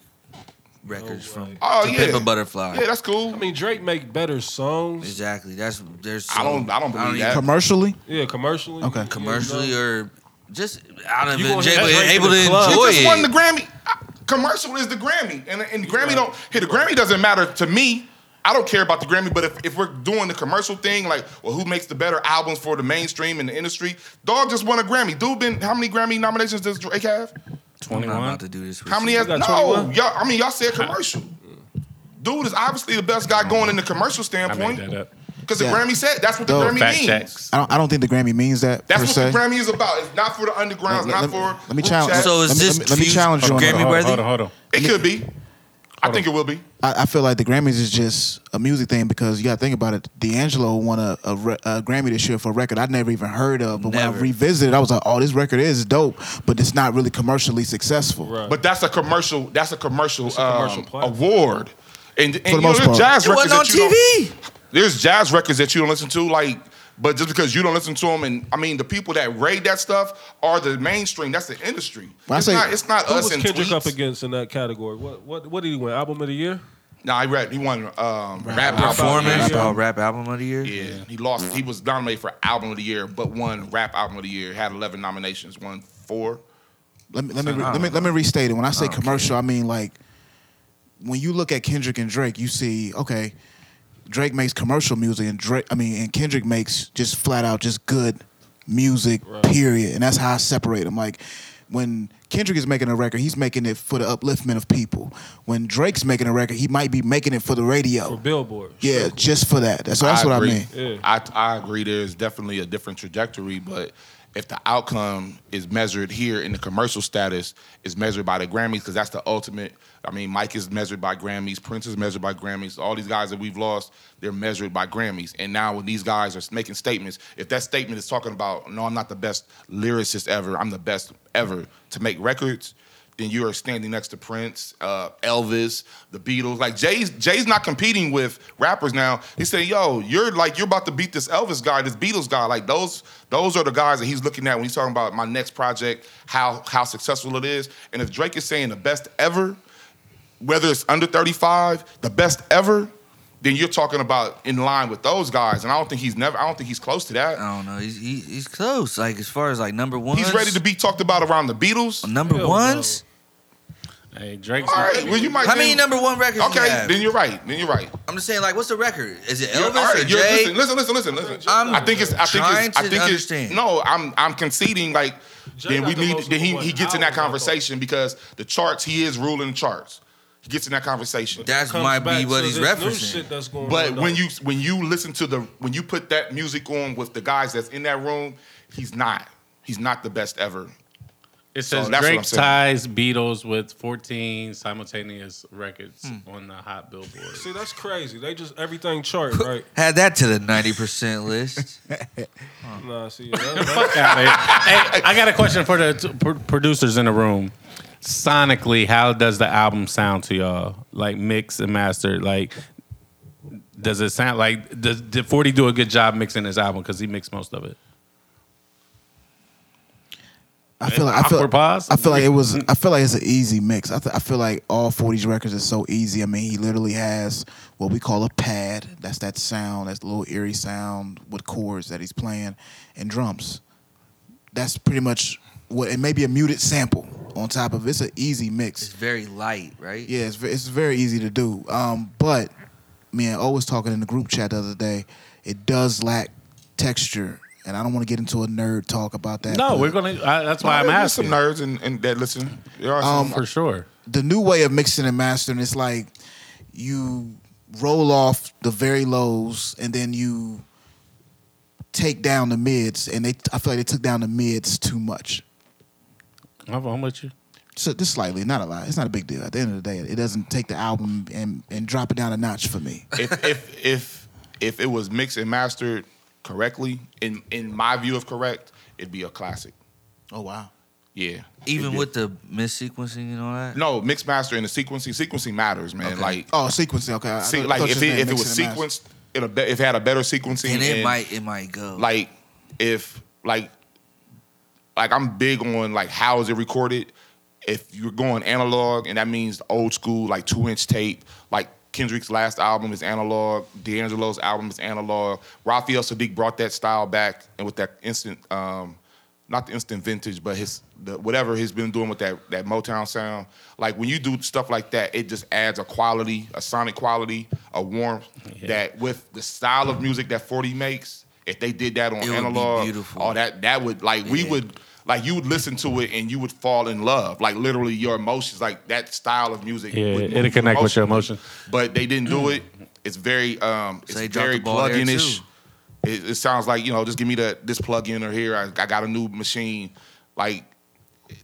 C: records
H: No
C: from
H: way.
E: Oh
C: To
E: yeah,
C: Pimp a Butterfly.
E: Yeah, that's cool.
H: I mean, Drake make better songs.
C: Exactly. That's there's.
E: I don't- I don't believe
C: even-
E: that.
G: Commercially,
H: Yeah, commercially.
G: Okay.
H: you know.
C: commercially or just out of
H: You gonna
C: it,
H: hit that
C: able
H: Drake
C: to
H: in the club.
E: He
C: enjoy
E: just won the
C: it.
E: Grammy. Uh, Commercial is the Grammy, and and Grammy don't. Hey, the Grammy doesn't matter to me. I don't care about the Grammy, but if, if we're doing the commercial thing, like, well, who makes the better albums for the mainstream and the industry? Dog just won a Grammy. Dude, been how many Grammy nominations does Drake have?
C: I'm not
B: 21.
C: about to do this. With
E: How many
C: you.
E: has
H: got
E: no?
H: 21?
E: Y'all, I mean, y'all said commercial. Dude is obviously the best guy going in the commercial
B: I made
E: standpoint
B: that up.
E: because the
G: Yeah.
E: Grammy said that's what the
G: Dope.
E: Grammy
B: Fact
E: means.
B: checks.
G: I don't, I don't think the Grammy means that
E: That's
G: per
E: what
G: se.
E: the Grammy is about. It's not for the underground.
G: Let-
E: It's not
G: let-
E: for
G: let me
E: group
G: challenge-
E: chat.
C: So is
G: Let me-
C: this
G: let me- let me challenge you on that.
B: Hold on,
G: Grammy Hold
C: Grammy
B: hold on,
C: worthy?
B: hold on.
E: It could be. I think it will be.
G: I, I feel like the Grammys is just a music thing because you got to think about it. D'Angelo won a, a, re- a Grammy this year for a record I'd never even heard of, but when I
C: Never.
G: revisited, I was like, "Oh, this record is dope, but it's not really commercially successful."
H: Right.
E: But that's a commercial. That's a commercial,
H: a commercial
E: um,
H: platform.
E: award. And, and
G: the
E: you know,
G: most
E: there's
G: part.
E: jazz
C: It
E: records
C: wasn't on
E: that you don't-
C: TV.
E: There's jazz records that you don't listen to, like. But just because you don't listen to them, and I mean, the people that raid that stuff are the mainstream. That's the industry.
G: When I
E: it's,
G: say-
E: not, it's not
H: Who
E: us
H: was
E: and
H: Kendrick
E: tweets.
H: up against in that category? What what what did he win? Album of the year?
E: Nah, he, read, he won um, rap,
C: Performance,
E: album.
H: Yeah.
C: oh, rap album of the year.
E: Yeah, he lost. He was nominated for album of the year, but won rap album of the year. Had 11 nominations, won four.
G: Let me let me re- let me let me restate it. When I say commercial, I mean like when you look at Kendrick and Drake, you see okay, Drake makes commercial music, and Drake, I mean, and Kendrick makes just flat out just good music. Period. And that's how I separate them. Like when Kendrick is making a record, he's making it for the upliftment of people. When Drake's making a record, he might be making it for the
H: Or
G: radio.
H: Billboard?
G: Yeah, just for that. That's that's what I
E: agree.
G: mean.
H: Yeah.
E: I, I agree. There's definitely a different trajectory, but if the outcome is measured here in the commercial status, is measured by the Grammys because that's the ultimate. I mean, Mike is measured by Grammys, Prince is measured by Grammys. All these guys that we've lost, they're measured by Grammys. And now when these guys are making statements, if that statement is talking about, no, I'm not the best lyricist ever, I'm the best ever to make records. Then you are standing next to Prince, uh, Elvis, the Beatles. Like Jay's, Jay's not competing with rappers now. He's saying, "Yo, you're like you're about to beat this Elvis guy, this Beatles guy. Like those, those are the guys that he's looking at when he's talking about my next project, how how successful it is. And if Drake is saying the best ever, whether it's under 35, the best ever, then you're talking about in line with those guys. And I don't think he's never. I don't think he's close to that.
C: I don't know. He's he, he's close. Like as far as like number one.
E: He's ready to be talked about around the Beatles.
C: number
H: Hell
C: ones.
B: Hey, Drake's.
E: All right, well you might.
C: How many
E: then-
C: number one records? you
E: Okay,
C: have?
E: then you're right. Then you're right.
C: I'm just saying, like, what's the record? Is it
E: You're-
C: Elvis
E: all
C: or
E: right, you're-
C: Jay?
E: Listen, listen, listen, listen. listen.
C: I'm
E: i think it's. I think
C: trying
E: it's. I
C: to
E: think
C: understand.
E: it's. No, I'm. I'm conceding. Like
H: Jay
E: then
H: got
E: we
H: the
E: need.
H: most
E: Then he,
H: number
E: he
H: one
E: gets in that
H: albums, I thought.
E: conversation because the charts he is ruling the charts. He gets in that conversation.
C: That's
H: Comes
C: might
H: back
C: be what
H: to
C: he's
H: this new
C: referencing.
H: shit that's going
E: But
H: on,
E: when
H: though.
E: you when you listen to the when you put that music on with the guys that's in that room, he's not. He's not the best ever.
B: It says
E: So that's what
B: Drake
E: I'm saying.
B: ties Beatles with 14 simultaneous records on the Hot Billboard.
H: See, that's crazy. They just everything chart, right?
C: Had that to the ninety percent list.
H: nah, see, yeah, that- that-
B: Fuck outta here. Hey, I got a question for the t- pr- producers in the room. Sonically, how does the album sound to y'all? Like mixed and mastered. Like, does it sound like does, did Forty do a good job mixing his album because he mixed most of it?
G: I feel like I feel,
B: Awkward pause?
G: I feel like it was. I feel like it's an easy mix. I, th- I feel like all 40s records is so easy. I mean, he literally has what we call a pad. That's that sound. That's little eerie sound with chords that he's playing and drums. That's pretty much what. And maybe a muted sample on top of it. It's an easy mix.
C: It's very light, right?
G: Yeah, it's, ve- it's very easy to do. Um, but me and O was talking in the group chat the other day. It does lack texture, and I don't want to get into a nerd talk about that.
B: No,
G: but
B: we're gonna. I, that's why I'm
E: There's
B: asking
E: some nerds and, and that listen. There are
C: Um,
E: some-
B: for sure.
G: the new way of mixing and mastering is like you roll off the very lows, and then you take down the mids, and they I feel like they took down the mids too much.
D: I'm, I'm with you.
G: So just slightly, not a lot. It's not a big deal. At the end of the day, it doesn't take the album and, and drop it down a notch for me.
E: if if if if it was mixed and mastered correctly, in in my view of correct, it'd be a classic.
G: Oh wow.
E: Yeah.
C: Even with the missequencing and all that.
E: No, mixed master and the sequencing. Sequencing matters, man. Like
G: Oh, sequencing. Okay. I
E: see,
G: thought-
E: like
G: thought you
E: if
G: said
E: it, if it was
G: mixing and mastering.
E: sequenced, it'll be, if it had a better sequencing,
C: and it might it might go.
E: like if like like I'm big on like how is it recorded. If you're going analog, and that means old school, like two inch tape, like Kendrick's last album is analog, D'Angelo's album is analog. Raphael Sadiq brought that style back, and with that instant, um, not the instant vintage, but his the, whatever he's been doing with that that Motown sound. Like when you do stuff like that, it just adds a quality, a sonic quality, a warmth that with the style of music that 40 makes. If they did that on
C: It would be
E: analog,
C: beautiful.
E: all that that would like we
C: Yeah.
E: would like you would listen to it and you would fall in love. Like literally your emotions, like that style of music.
B: Yeah,
E: would
B: it'll
E: move you
B: connect with your
E: emotionally. But they didn't do it. It's very um it's
C: they dropped
E: very
C: Mm. the ball there,
E: plug-in-ish.
C: too.
E: It, it sounds like, you know, just give me the this plug-in or here. I, I got a new machine. Like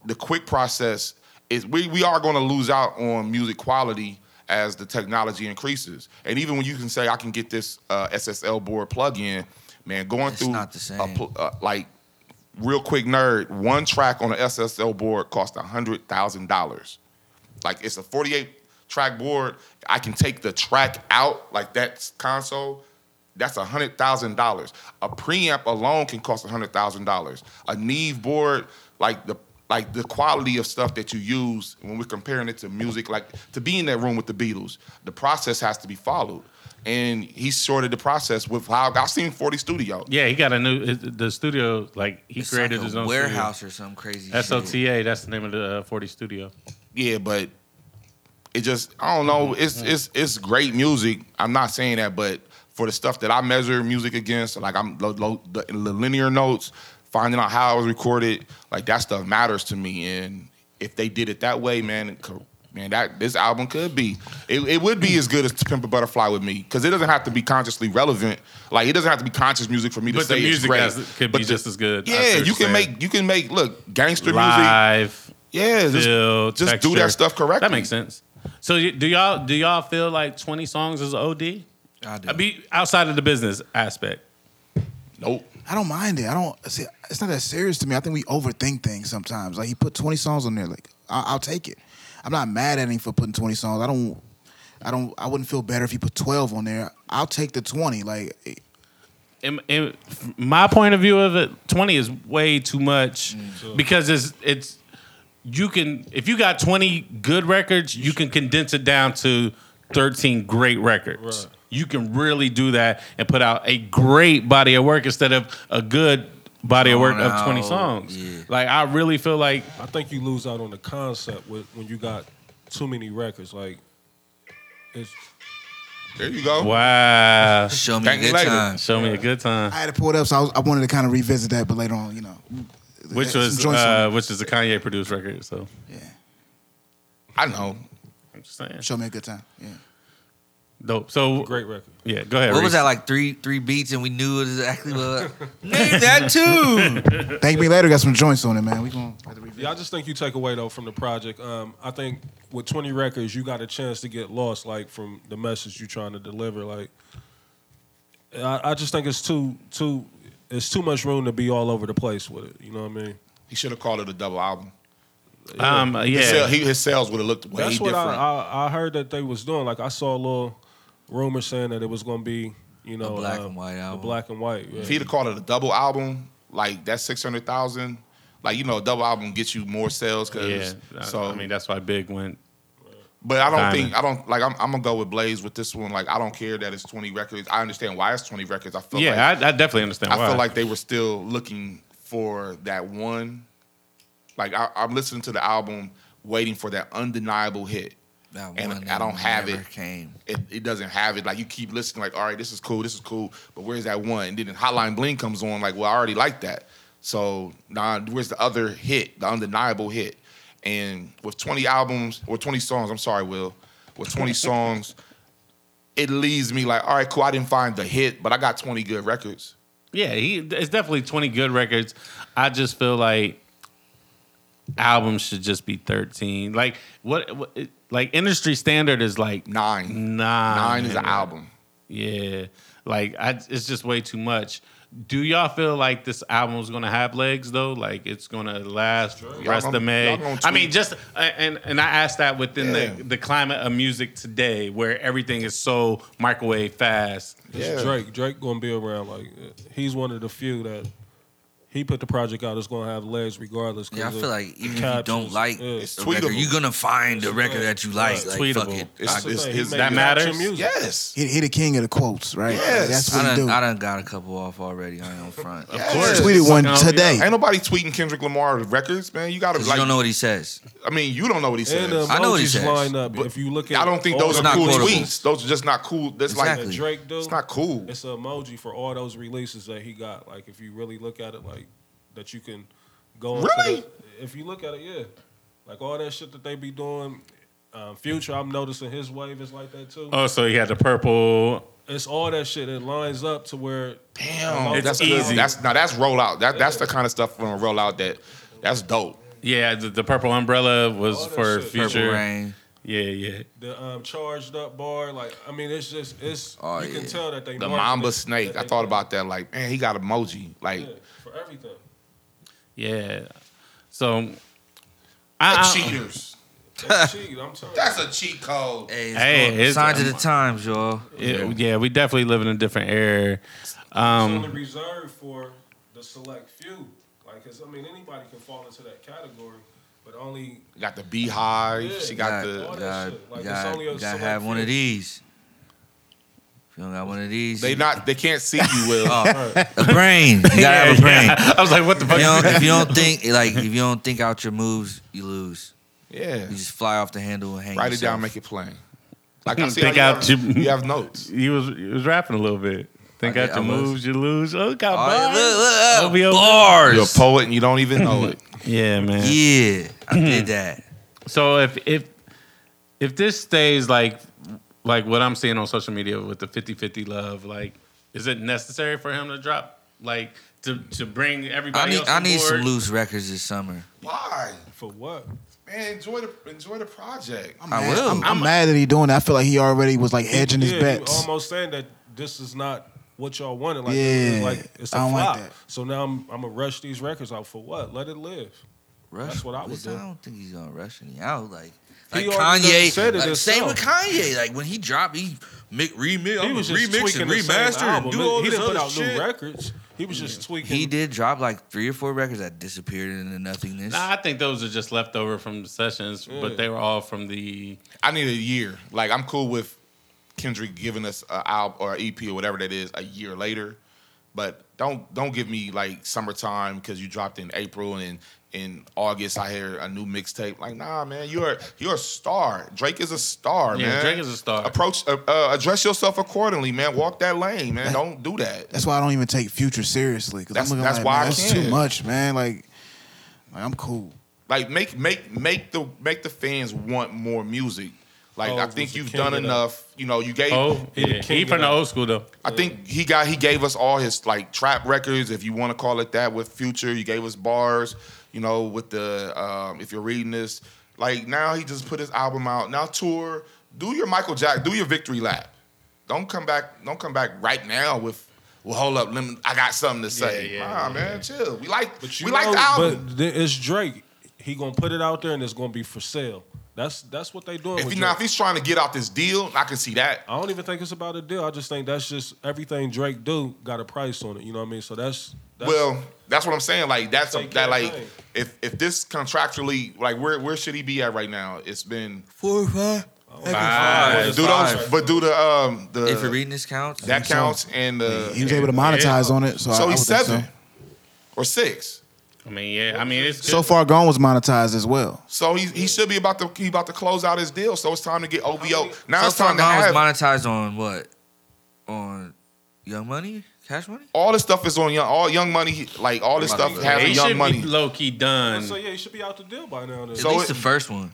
E: the quick process is we, we are going to lose out on music quality as the technology increases. And even when you can say I can get this uh, SSL board plug-in, man, going
C: It's
E: through
C: not the same.
E: a pl- uh, like real quick nerd, one track on an SSL board costs hundred thousand dollars. Like it's a 48 track board. I can take the track out, like that console. That's hundred thousand dollars. A preamp alone can cost hundred thousand dollars. A Neve board, like the like the quality of stuff that you use when we're comparing it to music, like to be in that room with the Beatles, the process has to be followed. And he shorted the process with how I've seen 40 Studio.
B: Yeah, he got a new it- the studio. Like he
C: It's
B: created
C: like a
B: his own
C: warehouse or some crazy
B: Studio.
C: shit.
B: SOTA, that's the name of the uh, 40 studio.
E: Yeah, but it just I don't know.
B: Mm-hmm.
E: It's it's it's great music. I'm not saying that, but for the stuff that I measure music against, like I'm lo, lo, the, the linear notes, finding out how it was recorded, like that stuff matters to me. And if they did it that way, man, it co- man, that this album could be it, it would be as good as Pimp a Butterfly with me because it doesn't have to be consciously relevant. Like it doesn't have to be conscious music for me to
B: But
E: say
B: the
E: it's
B: music
E: great.
B: has, could
E: But
B: be
E: the-
B: just as good. I see
E: yeah,
B: what
E: you
B: you're
E: can
B: saying.
E: make you can make look gangster music.
B: live.
E: Yeah, just,
B: feel,
E: just do
B: texture.
E: that stuff correctly.
B: That makes sense. So y- do y'all do y'all feel like 20 songs is OD?
C: I do.
B: I mean, outside of the business aspect.
E: Nope.
G: I don't mind it. I don't. See, it's not that serious to me. I think we overthink things sometimes. Like he put twenty songs on there. Like I, I'll take it. I'm not mad at him for putting twenty songs. I don't. I don't. I wouldn't feel better if he put twelve on there. I'll take the twenty. Like it-
B: In, in, from my point of view of it, 20 is way too much because it's it's you can if you got 20 good records, you can condense it down to 13 great records. You can really do that and put out a great body of work instead of a good body of work of 20
C: Wow.
B: songs.
C: Yeah.
B: Like I really feel like
H: I think you lose out on the concept with, when you got too many records. Like, it's
E: There you go.
B: wow.
C: Show me a
E: Thank you
C: good
E: later.
C: time.
B: Show me a good time.
G: I had to pull it up, so I, was, I wanted to kind of revisit that. But later on, you know,
B: Which
G: some
B: was
G: joints on
B: uh,
G: it.
B: which is a Kanye produced record, so
G: yeah,
E: I know.
B: I'm just saying.
G: show me a good time. Yeah,
B: Dope. So
H: great record.
B: Yeah, go ahead.
C: What
B: Reese.
C: was that like three three beats and we knew exactly what Name that too.
G: thank me later. Got some joints on it, man. We gonna have to revisit.
H: Yeah, I just think you take away though from the project. Um, I think with 20 records, you got a chance to get lost, like from the message you're trying to deliver. Like, I, I just think it's too too it's too much room to be all over the place with it. You know what I mean?
E: He should have called it a double album.
B: Um, yeah.
E: His, sale- he- his sales would have looked way
H: That's what
E: different.
H: I, I I heard that they was doing. Like, I saw a little rumor saying that it was going to be you know
C: black
H: um,
C: and white
H: a
C: album.
H: black and white. yeah.
E: if he'd have called it a double album, like that's six hundred thousand. Like you know, a double album gets you more sales. Cause
B: yeah.
E: so
B: So I mean, that's why Big went.
E: But I don't
B: Diamond.
E: think I don't like. I'm, I'm gonna go with Blaze with this one. Like I don't care that it's 20 records. I understand why it's 20 records. I feel
B: Yeah,
E: like
B: I, I definitely understand.
E: I,
B: why.
E: feel like they were still looking for that one. Like I, I'm listening to the album, waiting for that undeniable hit.
C: That
E: And
C: one
E: I don't
C: that
E: have
C: never
E: it.
C: Came.
E: it, it doesn't have it. Like you keep listening, like, all right, this is cool, this is cool, but where's that one? And then Hotline Bling comes on, like, well, I already like that. So nah, where's the other hit, the undeniable hit? And with 20 albums or 20 songs, I'm sorry, Will, with 20 songs, it leaves me like, all right, cool, I didn't find the hit, but I got 20 good records.
B: yeah, he it's definitely twenty good records. I just feel like albums should just be thirteen. Like what, what it- like industry standard is like nine.
E: Nine. Nine is an album.
B: Yeah, like I, it's just way too much. Do y'all feel like this album is gonna have legs though? Like it's gonna last rest
E: gonna-
B: of May?
E: y'all gonna
B: I mean,
E: tweet.
B: just and and I asked that within
E: Yeah.
B: the, the climate of music today, where everything is so microwave fast.
E: Yeah.
H: It's Drake. Drake gonna be around. Like uh, he's one of the few that he put the project out. that's gonna have legs regardless. 'cause
C: Yeah, I
H: of
C: feel like even if you
H: captions.
C: don't like
H: Yeah.
E: It's
C: a record,
E: tweetable.
C: you're gonna find a record that you like.
B: Right.
C: like, fuck
B: Tweetable.
C: it.
E: It's, it's
H: That's the thing, he
E: his.
H: made
B: That matters?
H: caption music.
E: Yes.
G: He, he the king of the quotes, right?
E: Yes.
G: That's
C: I
G: what he
C: done,
G: do.
C: I done got a couple off already. I ain't on front.
E: Of
G: Just tweeted one
B: Fucking
G: today.
E: Ain't nobody tweeting Kendrick Lamar records, man. You gotta
C: 'Cause
E: like.
C: you don't know what he says.
E: I mean, you don't know what he said.
H: And the
C: I know what he
H: emojis
C: says,
H: line up. If you look at,
E: I don't think
H: all
E: those
H: the
E: are cool
C: quotable.
E: tweets. Those are just not cool. That's
H: that
C: Exactly.
E: like
H: Drake do.
E: it's not cool.
H: It's an emoji for all those releases that he got. Like if you really look at it, like that you can go. onto
E: Really?
H: the- if you look at it, yeah. Like all that shit that they be doing. Um, Future, I'm noticing his wave is like that too.
B: Oh, so he had the purple.
H: it's all that shit. It lines up to where
E: Damn,
H: It's
E: that's
B: easy.
E: Good. That's now that's rollout. That that's the kind of stuff from a rollout that that's dope.
B: Yeah, the, the purple umbrella was
H: Oh, that
B: for
H: shit.
B: future.
C: Purple Rain.
B: Yeah, yeah.
H: the um, charged up bar. Like I mean, it's just it's.
C: Oh,
H: you
C: yeah.
H: can tell that they
E: The
H: marketed
E: Mamba
H: that
E: Snake.
H: they
E: I thought about that. Like, man, he got emoji. Like,
H: did for everything.
B: Yeah. So I,
E: uh,
B: I-
E: cheaters.
H: They cheat, I'm telling you.
E: That's a cheat code.
C: Hey, it's
B: Hey,
C: going-
B: it's-
C: signs of the times, y'all.
B: yeah, yeah, we definitely live in a different era. Um,
H: it's only reserved for the select few. Like, 'cause, I mean, anybody can fall into that category, but only
E: Got the beehive. She got
C: God,
E: the.
H: that
C: God,
H: shit. Like, it's
C: God,
H: only a
C: you gotta
H: select
C: have one
H: few.
C: of these. If you don't got one of these,
E: They not. They can't see you. Will.
C: Oh. a brain. You gotta have a brain.
B: I was like, what the
C: If
B: fuck?
C: you, don't, if you don't think like if you don't think out your moves, you lose.
E: Yeah.
C: You just fly off the handle and hang.
E: Write it down.
C: yourself.
E: Make it plain. Like I see
B: Think
E: how
B: out
E: you,
B: your-
E: have, you have notes.
B: He was he was rapping a little bit. Think
C: I
B: out
C: did-
B: your
C: I was.
B: moves, you lose. Oh, got
C: All right,
B: bars. Over
C: look, look,
B: your-
E: You're
C: look.
E: a
C: Bars.
E: poet and you don't even know it.
B: Yeah, man.
C: Yeah, I did that.
B: So if if if this stays like like what I'm seeing on social media with the 50-50 love, like, is it necessary for him to drop like to to bring
C: I
B: everybody
C: need
B: else
C: I
B: on
C: need
B: board?
C: some loose records this summer.
E: Why,
H: For what?
E: man? Enjoy the enjoy the project.
G: I'm
C: I
G: mad-
C: will.
G: I'm, I'm mad that he doing that. I feel like he already was like edging his
H: yeah, you
G: bets.
H: almost saying that this is not what y'all wanted. Like,
G: Yeah,
H: it's like it's a
G: I don't like
H: flop.
G: that.
H: So now I'm I'm gonna rush these records out for what? Let it live.
C: Rush.
H: That's what I
C: at
H: would
C: least
H: do.
C: I don't think he's gonna rush any out. Like,
H: He
C: like
H: already done
C: Kanye.
H: said it
C: like, same with
H: himself.
C: Kanye. Like when he dropped, he make remix.
H: He was just
C: remix
H: tweaking
C: and
H: the same
C: remaster
H: album.
C: and do all
H: he
C: this
H: didn't put
C: other
H: out new
C: shit.
H: records. He was just tweaking.
C: He did drop like three or four records that disappeared into nothingness.
B: Nah, I think those are just leftover from the sessions, but they were all from the
E: I need a year. Like I'm cool with Kendrick giving us a album or an EP or whatever that is a year later, but don't don't give me like summertime because you dropped in April and in August I hear a new mixtape. Like nah, man, you're you're a star. Drake is a star,
B: Yeah,
E: man.
B: Drake is a star.
E: Approach uh, uh, address yourself accordingly, man. Walk that lane, man. Don't do that.
G: That's why I don't even take Future seriously. Cause
E: That's-
G: I'm looking
E: that's
G: like,
E: why
G: man,
E: I
G: that's
E: can't.
G: too much, man. Like, like I'm cool.
E: Like make make make the make the fans want more music. Like
H: Oh,
E: I
H: was
E: think
H: the
E: you've
H: king
E: done
H: of that.
E: enough. You know, you gave
B: Oh,
H: He the
B: yeah.
H: king
B: He
H: of
B: from the
H: that.
B: old school though.
E: I think he got he gave us all his like trap records, if you want to call it that, with Future. He gave us bars, you know, with the um, if you're reading this. Like now he just put his album out. Now tour, do your Michael Jack, do your victory lap. Don't come back, don't come back right now with well, hold up, let me, I got something to say.
B: yeah,
E: nah, man, chill. We like
H: But you
E: we
H: know,
E: like the album.
H: But th- it's Drake. He gonna put it out there and it's gonna be for sale. That's that's what they doing.
E: if
H: with
E: he, now
H: Drake.
E: if he's trying to get out this deal, I can see that.
H: I don't even think it's about a deal. I just think that's just everything Drake do got a price on it. You know what I mean? So that's, that's
E: well, that's what I'm saying. Like that's a,
H: Take care
E: that
H: of
E: like
H: things.
E: if if this contractually like where where should he be at right now? It's been
C: four or five.
E: But do those, but do the um the
H: uh,
C: if you're reading this counts,
E: that counts and the
G: He was able to monetize on it, so, I, I
E: so
G: would
E: he's
G: think
E: seven
G: So.
E: or six.
B: I mean, yeah. I mean, it's
G: So far gone was monetized as well.
E: So he he should be about to he about to close out his deal. So it's time to get OVO. Now
C: So
E: it's
C: far,
E: time to
C: mine was
E: have
C: monetized on what? On Young Money, Cash Money.
E: all this stuff is on young all young money like all this stuff
C: They
E: has a
B: They
E: young
B: should
E: money.
H: Oh,
B: be low key done.
H: so yeah, he should be out the deal by now. Then.
C: At
E: So
C: least
E: it-
C: the first one.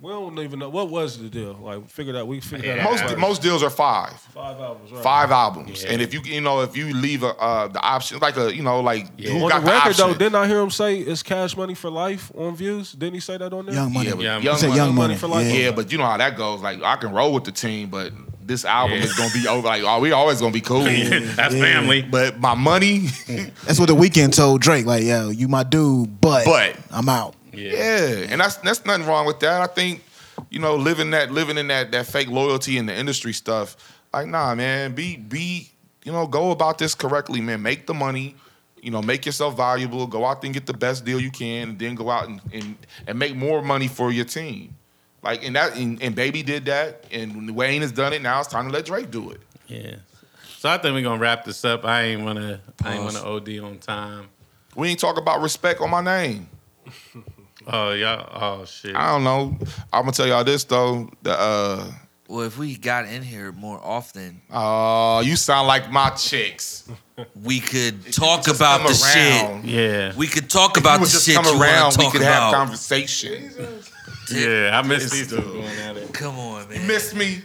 H: We don't even know what was the deal. Like, figure that we figured that out.
E: Most
H: first.
E: most deals are five.
H: five albums, right?
E: Five albums,
B: Yeah.
E: and if you you know if you leave a, uh, the option like a you know like who
H: on
E: got
H: the record
E: the
H: though,
E: option?
H: didn't I hear him say it's Cash Money for Life on views? Didn't he say that on there?
G: Young Money.
E: Yeah, but
B: Yeah,
G: he said
E: Money-
G: Young Money.
H: for life.
E: Yeah, but you know how that goes. Like I can roll with the team, but this album
B: Yeah.
E: is gonna be over. Like oh, we always gonna be cool.
B: That's family.
E: But my money,
G: That's what the weekend told Drake. Like, yo, you my dude, but,
E: But.
G: I'm out.
E: yeah, and that's that's nothing wrong with that. I think you know living that living in that that fake loyalty in the industry stuff. Like nah, man, be be you know go about this correctly, man. Make the money. You know, make yourself valuable. Go out there and get the best deal you can, and then go out and and, and make more money for your team. Like and that and, and Baby did that, and Wayne has done it. Now it's time to let Drake do it.
B: Yeah. So I think we're gonna wrap this up. I ain't wanna I ain't wanna OD on time.
E: We ain't talk about respect on my name.
B: Oh y'all oh shit.
E: I don't know. I'm gonna tell y'all this though. The uh,
C: Well, if we got in here more often,
E: uh you sound like my chicks.
C: we could
E: If
C: talk
E: you just
C: about
E: come
C: the shit.
E: around, if
B: yeah.
C: We could talk
E: you
C: about
E: would
C: the
E: just
C: shit you
E: come
C: want
E: around.
C: to
E: We
C: talk
E: could have
C: about.
E: conversation.
B: yeah, I missed
E: This
B: these two
E: dude.
B: going at it.
C: Come on,
E: You
C: man.
E: miss me?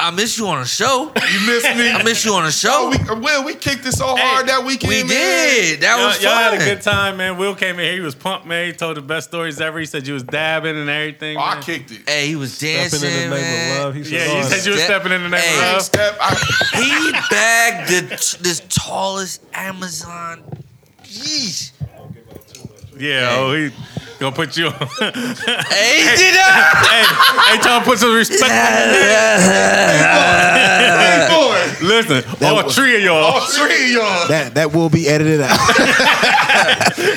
C: I miss you on a show.
E: You miss me?
C: I miss you on a
E: Oh,
C: show.
E: we, Will, we kicked it so hard that weekend.
C: We
E: man.
C: did. That
B: Y'all,
C: was
B: y'all had a
C: fun.
B: good time, man. Will came in here. He was pumped, man. He told the best stories ever. He said you was dabbing and everything.
E: Oh, I
B: man.
E: kicked it.
C: Hey, he was dancing,
H: Stepping in the name
C: man.
H: of love. He said,
B: Yeah, you
H: "Oh,
B: said you were
C: Step-
B: stepping in the name
C: Hey.
B: of love.
E: Step, I,
C: He bagged the t- this tallest Amazon. Yeesh.
B: Yeah, oh, he gonna put you on. hey,
C: Hey, he did that.
B: hey, trying to put some respect
E: Hey, boy.
B: Listen, all three of y'all.
E: All three of y'all.
G: That that will be edited out.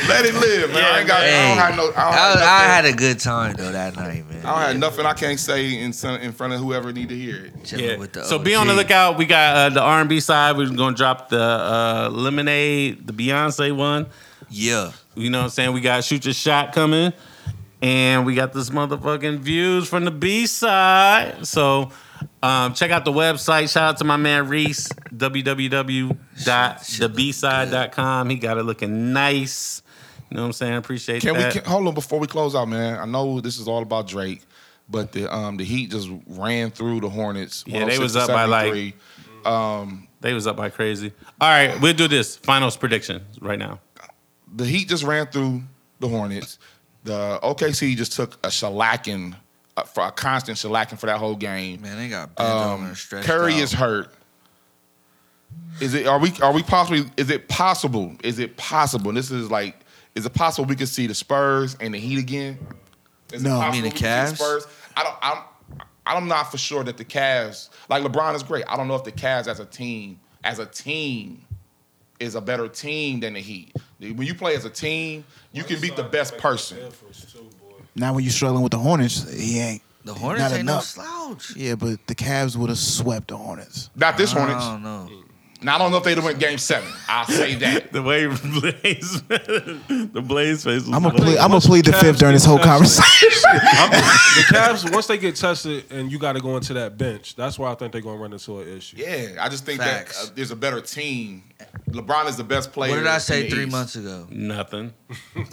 E: Let it live, man. I ain't got. I
C: Hey,
E: don't have no. I don't have nothing.
C: I, I had a good time though that night, man.
E: I don't have nothing I can't say in son- in front of whoever need to hear it.
C: Chilling
B: Yeah.
C: with the
B: So be on the
C: OG.
B: lookout. We got uh, the R and B side. We're gonna drop the uh, Lemonade, the Beyonce one.
C: Yeah.
B: You know what I'm saying? We got Shoot Your Shot coming. And we got this motherfucking views from the B side. So um, check out the website. Shout out to my man Reese, www.thebside.com. He got it looking nice. You know what I'm saying? Appreciate
E: Can we
B: that.
E: can, hold on before we close out, man? I know this is all about Drake, but the um the Heat just ran through the Hornets.
B: Yeah, they
E: 106
B: was
E: to
B: up by, like-
E: 73. Um,
B: they was up by crazy. All right, we'll do this. Finals prediction right now.
E: the Heat just ran through the Hornets. The OKC just took a shellacking uh, for a constant shellacking for that whole game.
C: Man, they got bent over
E: Um,
C: and stretched
E: Curry
C: out.
E: is hurt. Is it? Are we? Are we possibly? Is it possible? Is it possible? And this is like. Is it possible we could see the Spurs and the Heat again? Is it
G: No. You
E: possible
C: mean the
E: we could see
C: Cavs?
E: Spurs. I don't. I'm. I'm not for sure that the Cavs. Like LeBron is great. I don't know if the Cavs as a team, as a team, is a better team than the Heat. When you play as a team, you can beat the best person.
G: now when you struggling with the Hornets, he ain't.
C: The Hornets
G: not
C: ain't no
G: enough.
C: slouch.
G: yeah, but the Cavs would have swept the Hornets.
E: Not this
C: I
E: Hornets.
C: don't know.
E: Now I don't know if they'd have went Game Seven. I'll say that.
B: The way Blaze, the Blaze face was.
G: I'm gonna
B: like-
G: plead. I'm gonna
H: once
G: plead the
H: Cavs
G: fifth during
H: get
G: this whole
H: tested-
G: conversation.
H: I'm- the Cavs once they get tested and you got to go into that bench, that's where I think they're gonna run into an issue.
E: Yeah, I just think
C: Facts.
E: that uh, there's a better team. LeBron is the best player.
C: What did I
E: in
C: say
E: the
C: three
E: East.
C: months ago?
B: Nothing.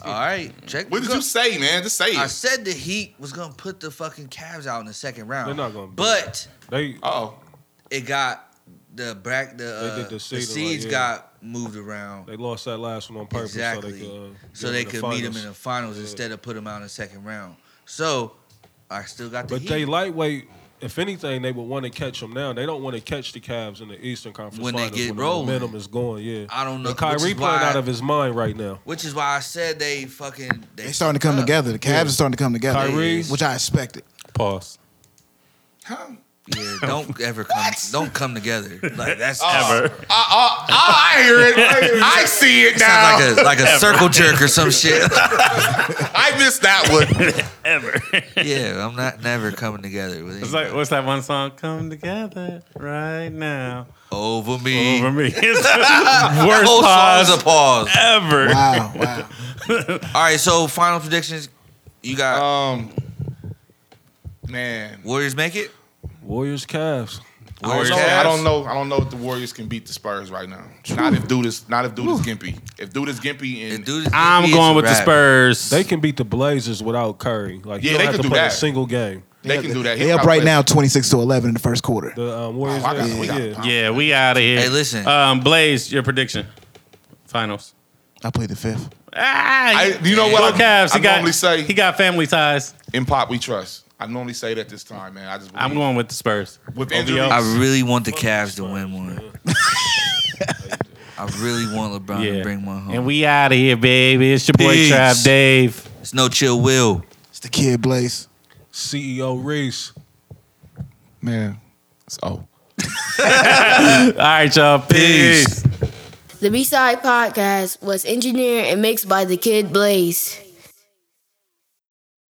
C: All right, check.
E: What
C: the
E: did you
C: go-
E: say, man? Just say
C: I
E: it.
C: said the Heat was gonna put the fucking Cavs out in the second round.
H: They're not gonna do
C: But
H: They
E: Oh,
C: it got the back. The, uh,
H: did the
C: the
H: seeding, like,
C: seeds
H: yeah.
C: got moved around
H: they lost that last one on purpose
C: exactly,
H: so they could, uh,
C: so they could meet them in
H: the.
C: the
H: finals.
C: finals instead of put them out in the second round. So I still got the
H: But
C: Heat.
H: they lightweight. If anything, they would want to catch them now. They don't want to catch the Cavs in the Eastern Conference
C: When they
H: Finals
C: get
H: when
C: rolling.
H: The momentum is going. Yeah,
C: I don't know,
H: And
C: which is
H: Kyrie playing
C: why-
H: out of his mind right now.
C: which is why I said they fucking they,
G: They starting to come
C: up.
G: together. The Cavs are starting to come together,
H: Kyrie.
G: which I expected.
B: Pause.
E: huh? Uh,
C: Yeah, don't ever come. don't come together. Like that's
G: Oh,
B: Ever.
E: I, I, I hear it. I see it now.
C: Sounds like a like a circle jerk or some shit.
E: I missed that one.
B: Ever.
C: yeah, I'm not never coming together with
B: It's
C: anybody.
B: like what's that one song? Come together right now.
C: over me.
B: Over me. It's
C: That
B: the worst
C: whole
B: pause
C: song's a pause.
B: ever.
G: Wow, wow.
C: All right, so final predictions. You got
E: Um, man,
C: Warriors make it.
H: Warriors, Cavs.
E: I
C: Oh,
E: don't, know,
B: Warriors,
E: I don't
B: Cavs?
E: know. I don't know if the Warriors can beat the Spurs right now. Not if dude is not if dude is gimpy. If dude is gimpy
C: If
E: and
C: dude is
B: I'm
C: gimpy, it's
B: going
C: a
B: with the
C: wrap.
B: Spurs.
H: They can beat the Blazers without Curry. Like
E: Yeah,
H: you don't
E: they
H: have
E: can do
H: to play a
E: that.
H: single game.
E: they can do that.
G: They up right now, twenty six to eleven in the first quarter.
H: The um, Warriors.
E: Wow, Oh, I got-
H: yeah,
E: we got-
H: yeah.
B: yeah, we out of here.
C: Hey, listen.
B: um, Blaze, your prediction, finals.
G: I played the fifth.
B: Ah,
E: I- you know
B: go
E: what I-
B: Cavs. He
E: I
B: got,
E: normally say-
B: he got family ties.
E: In pop, we trust. I normally say that this time, man. I just
B: I'm going with the Spurs.
E: with
B: OVO.
E: injuries.
B: I
C: I really want the Cavs to win one. I really want LeBron
B: Yeah,
C: to bring one home.
B: and we out of here, baby. It's your boy
C: Peace.
B: Trav Dave.
C: it's no chill, Will.
G: It's the kid Blaze.
H: CEO E Reese.
E: man. It's oh.
B: All right, y'all.
C: Peace.
B: peace.
I: The B Side Podcast was engineered and mixed by the Kid Blaze.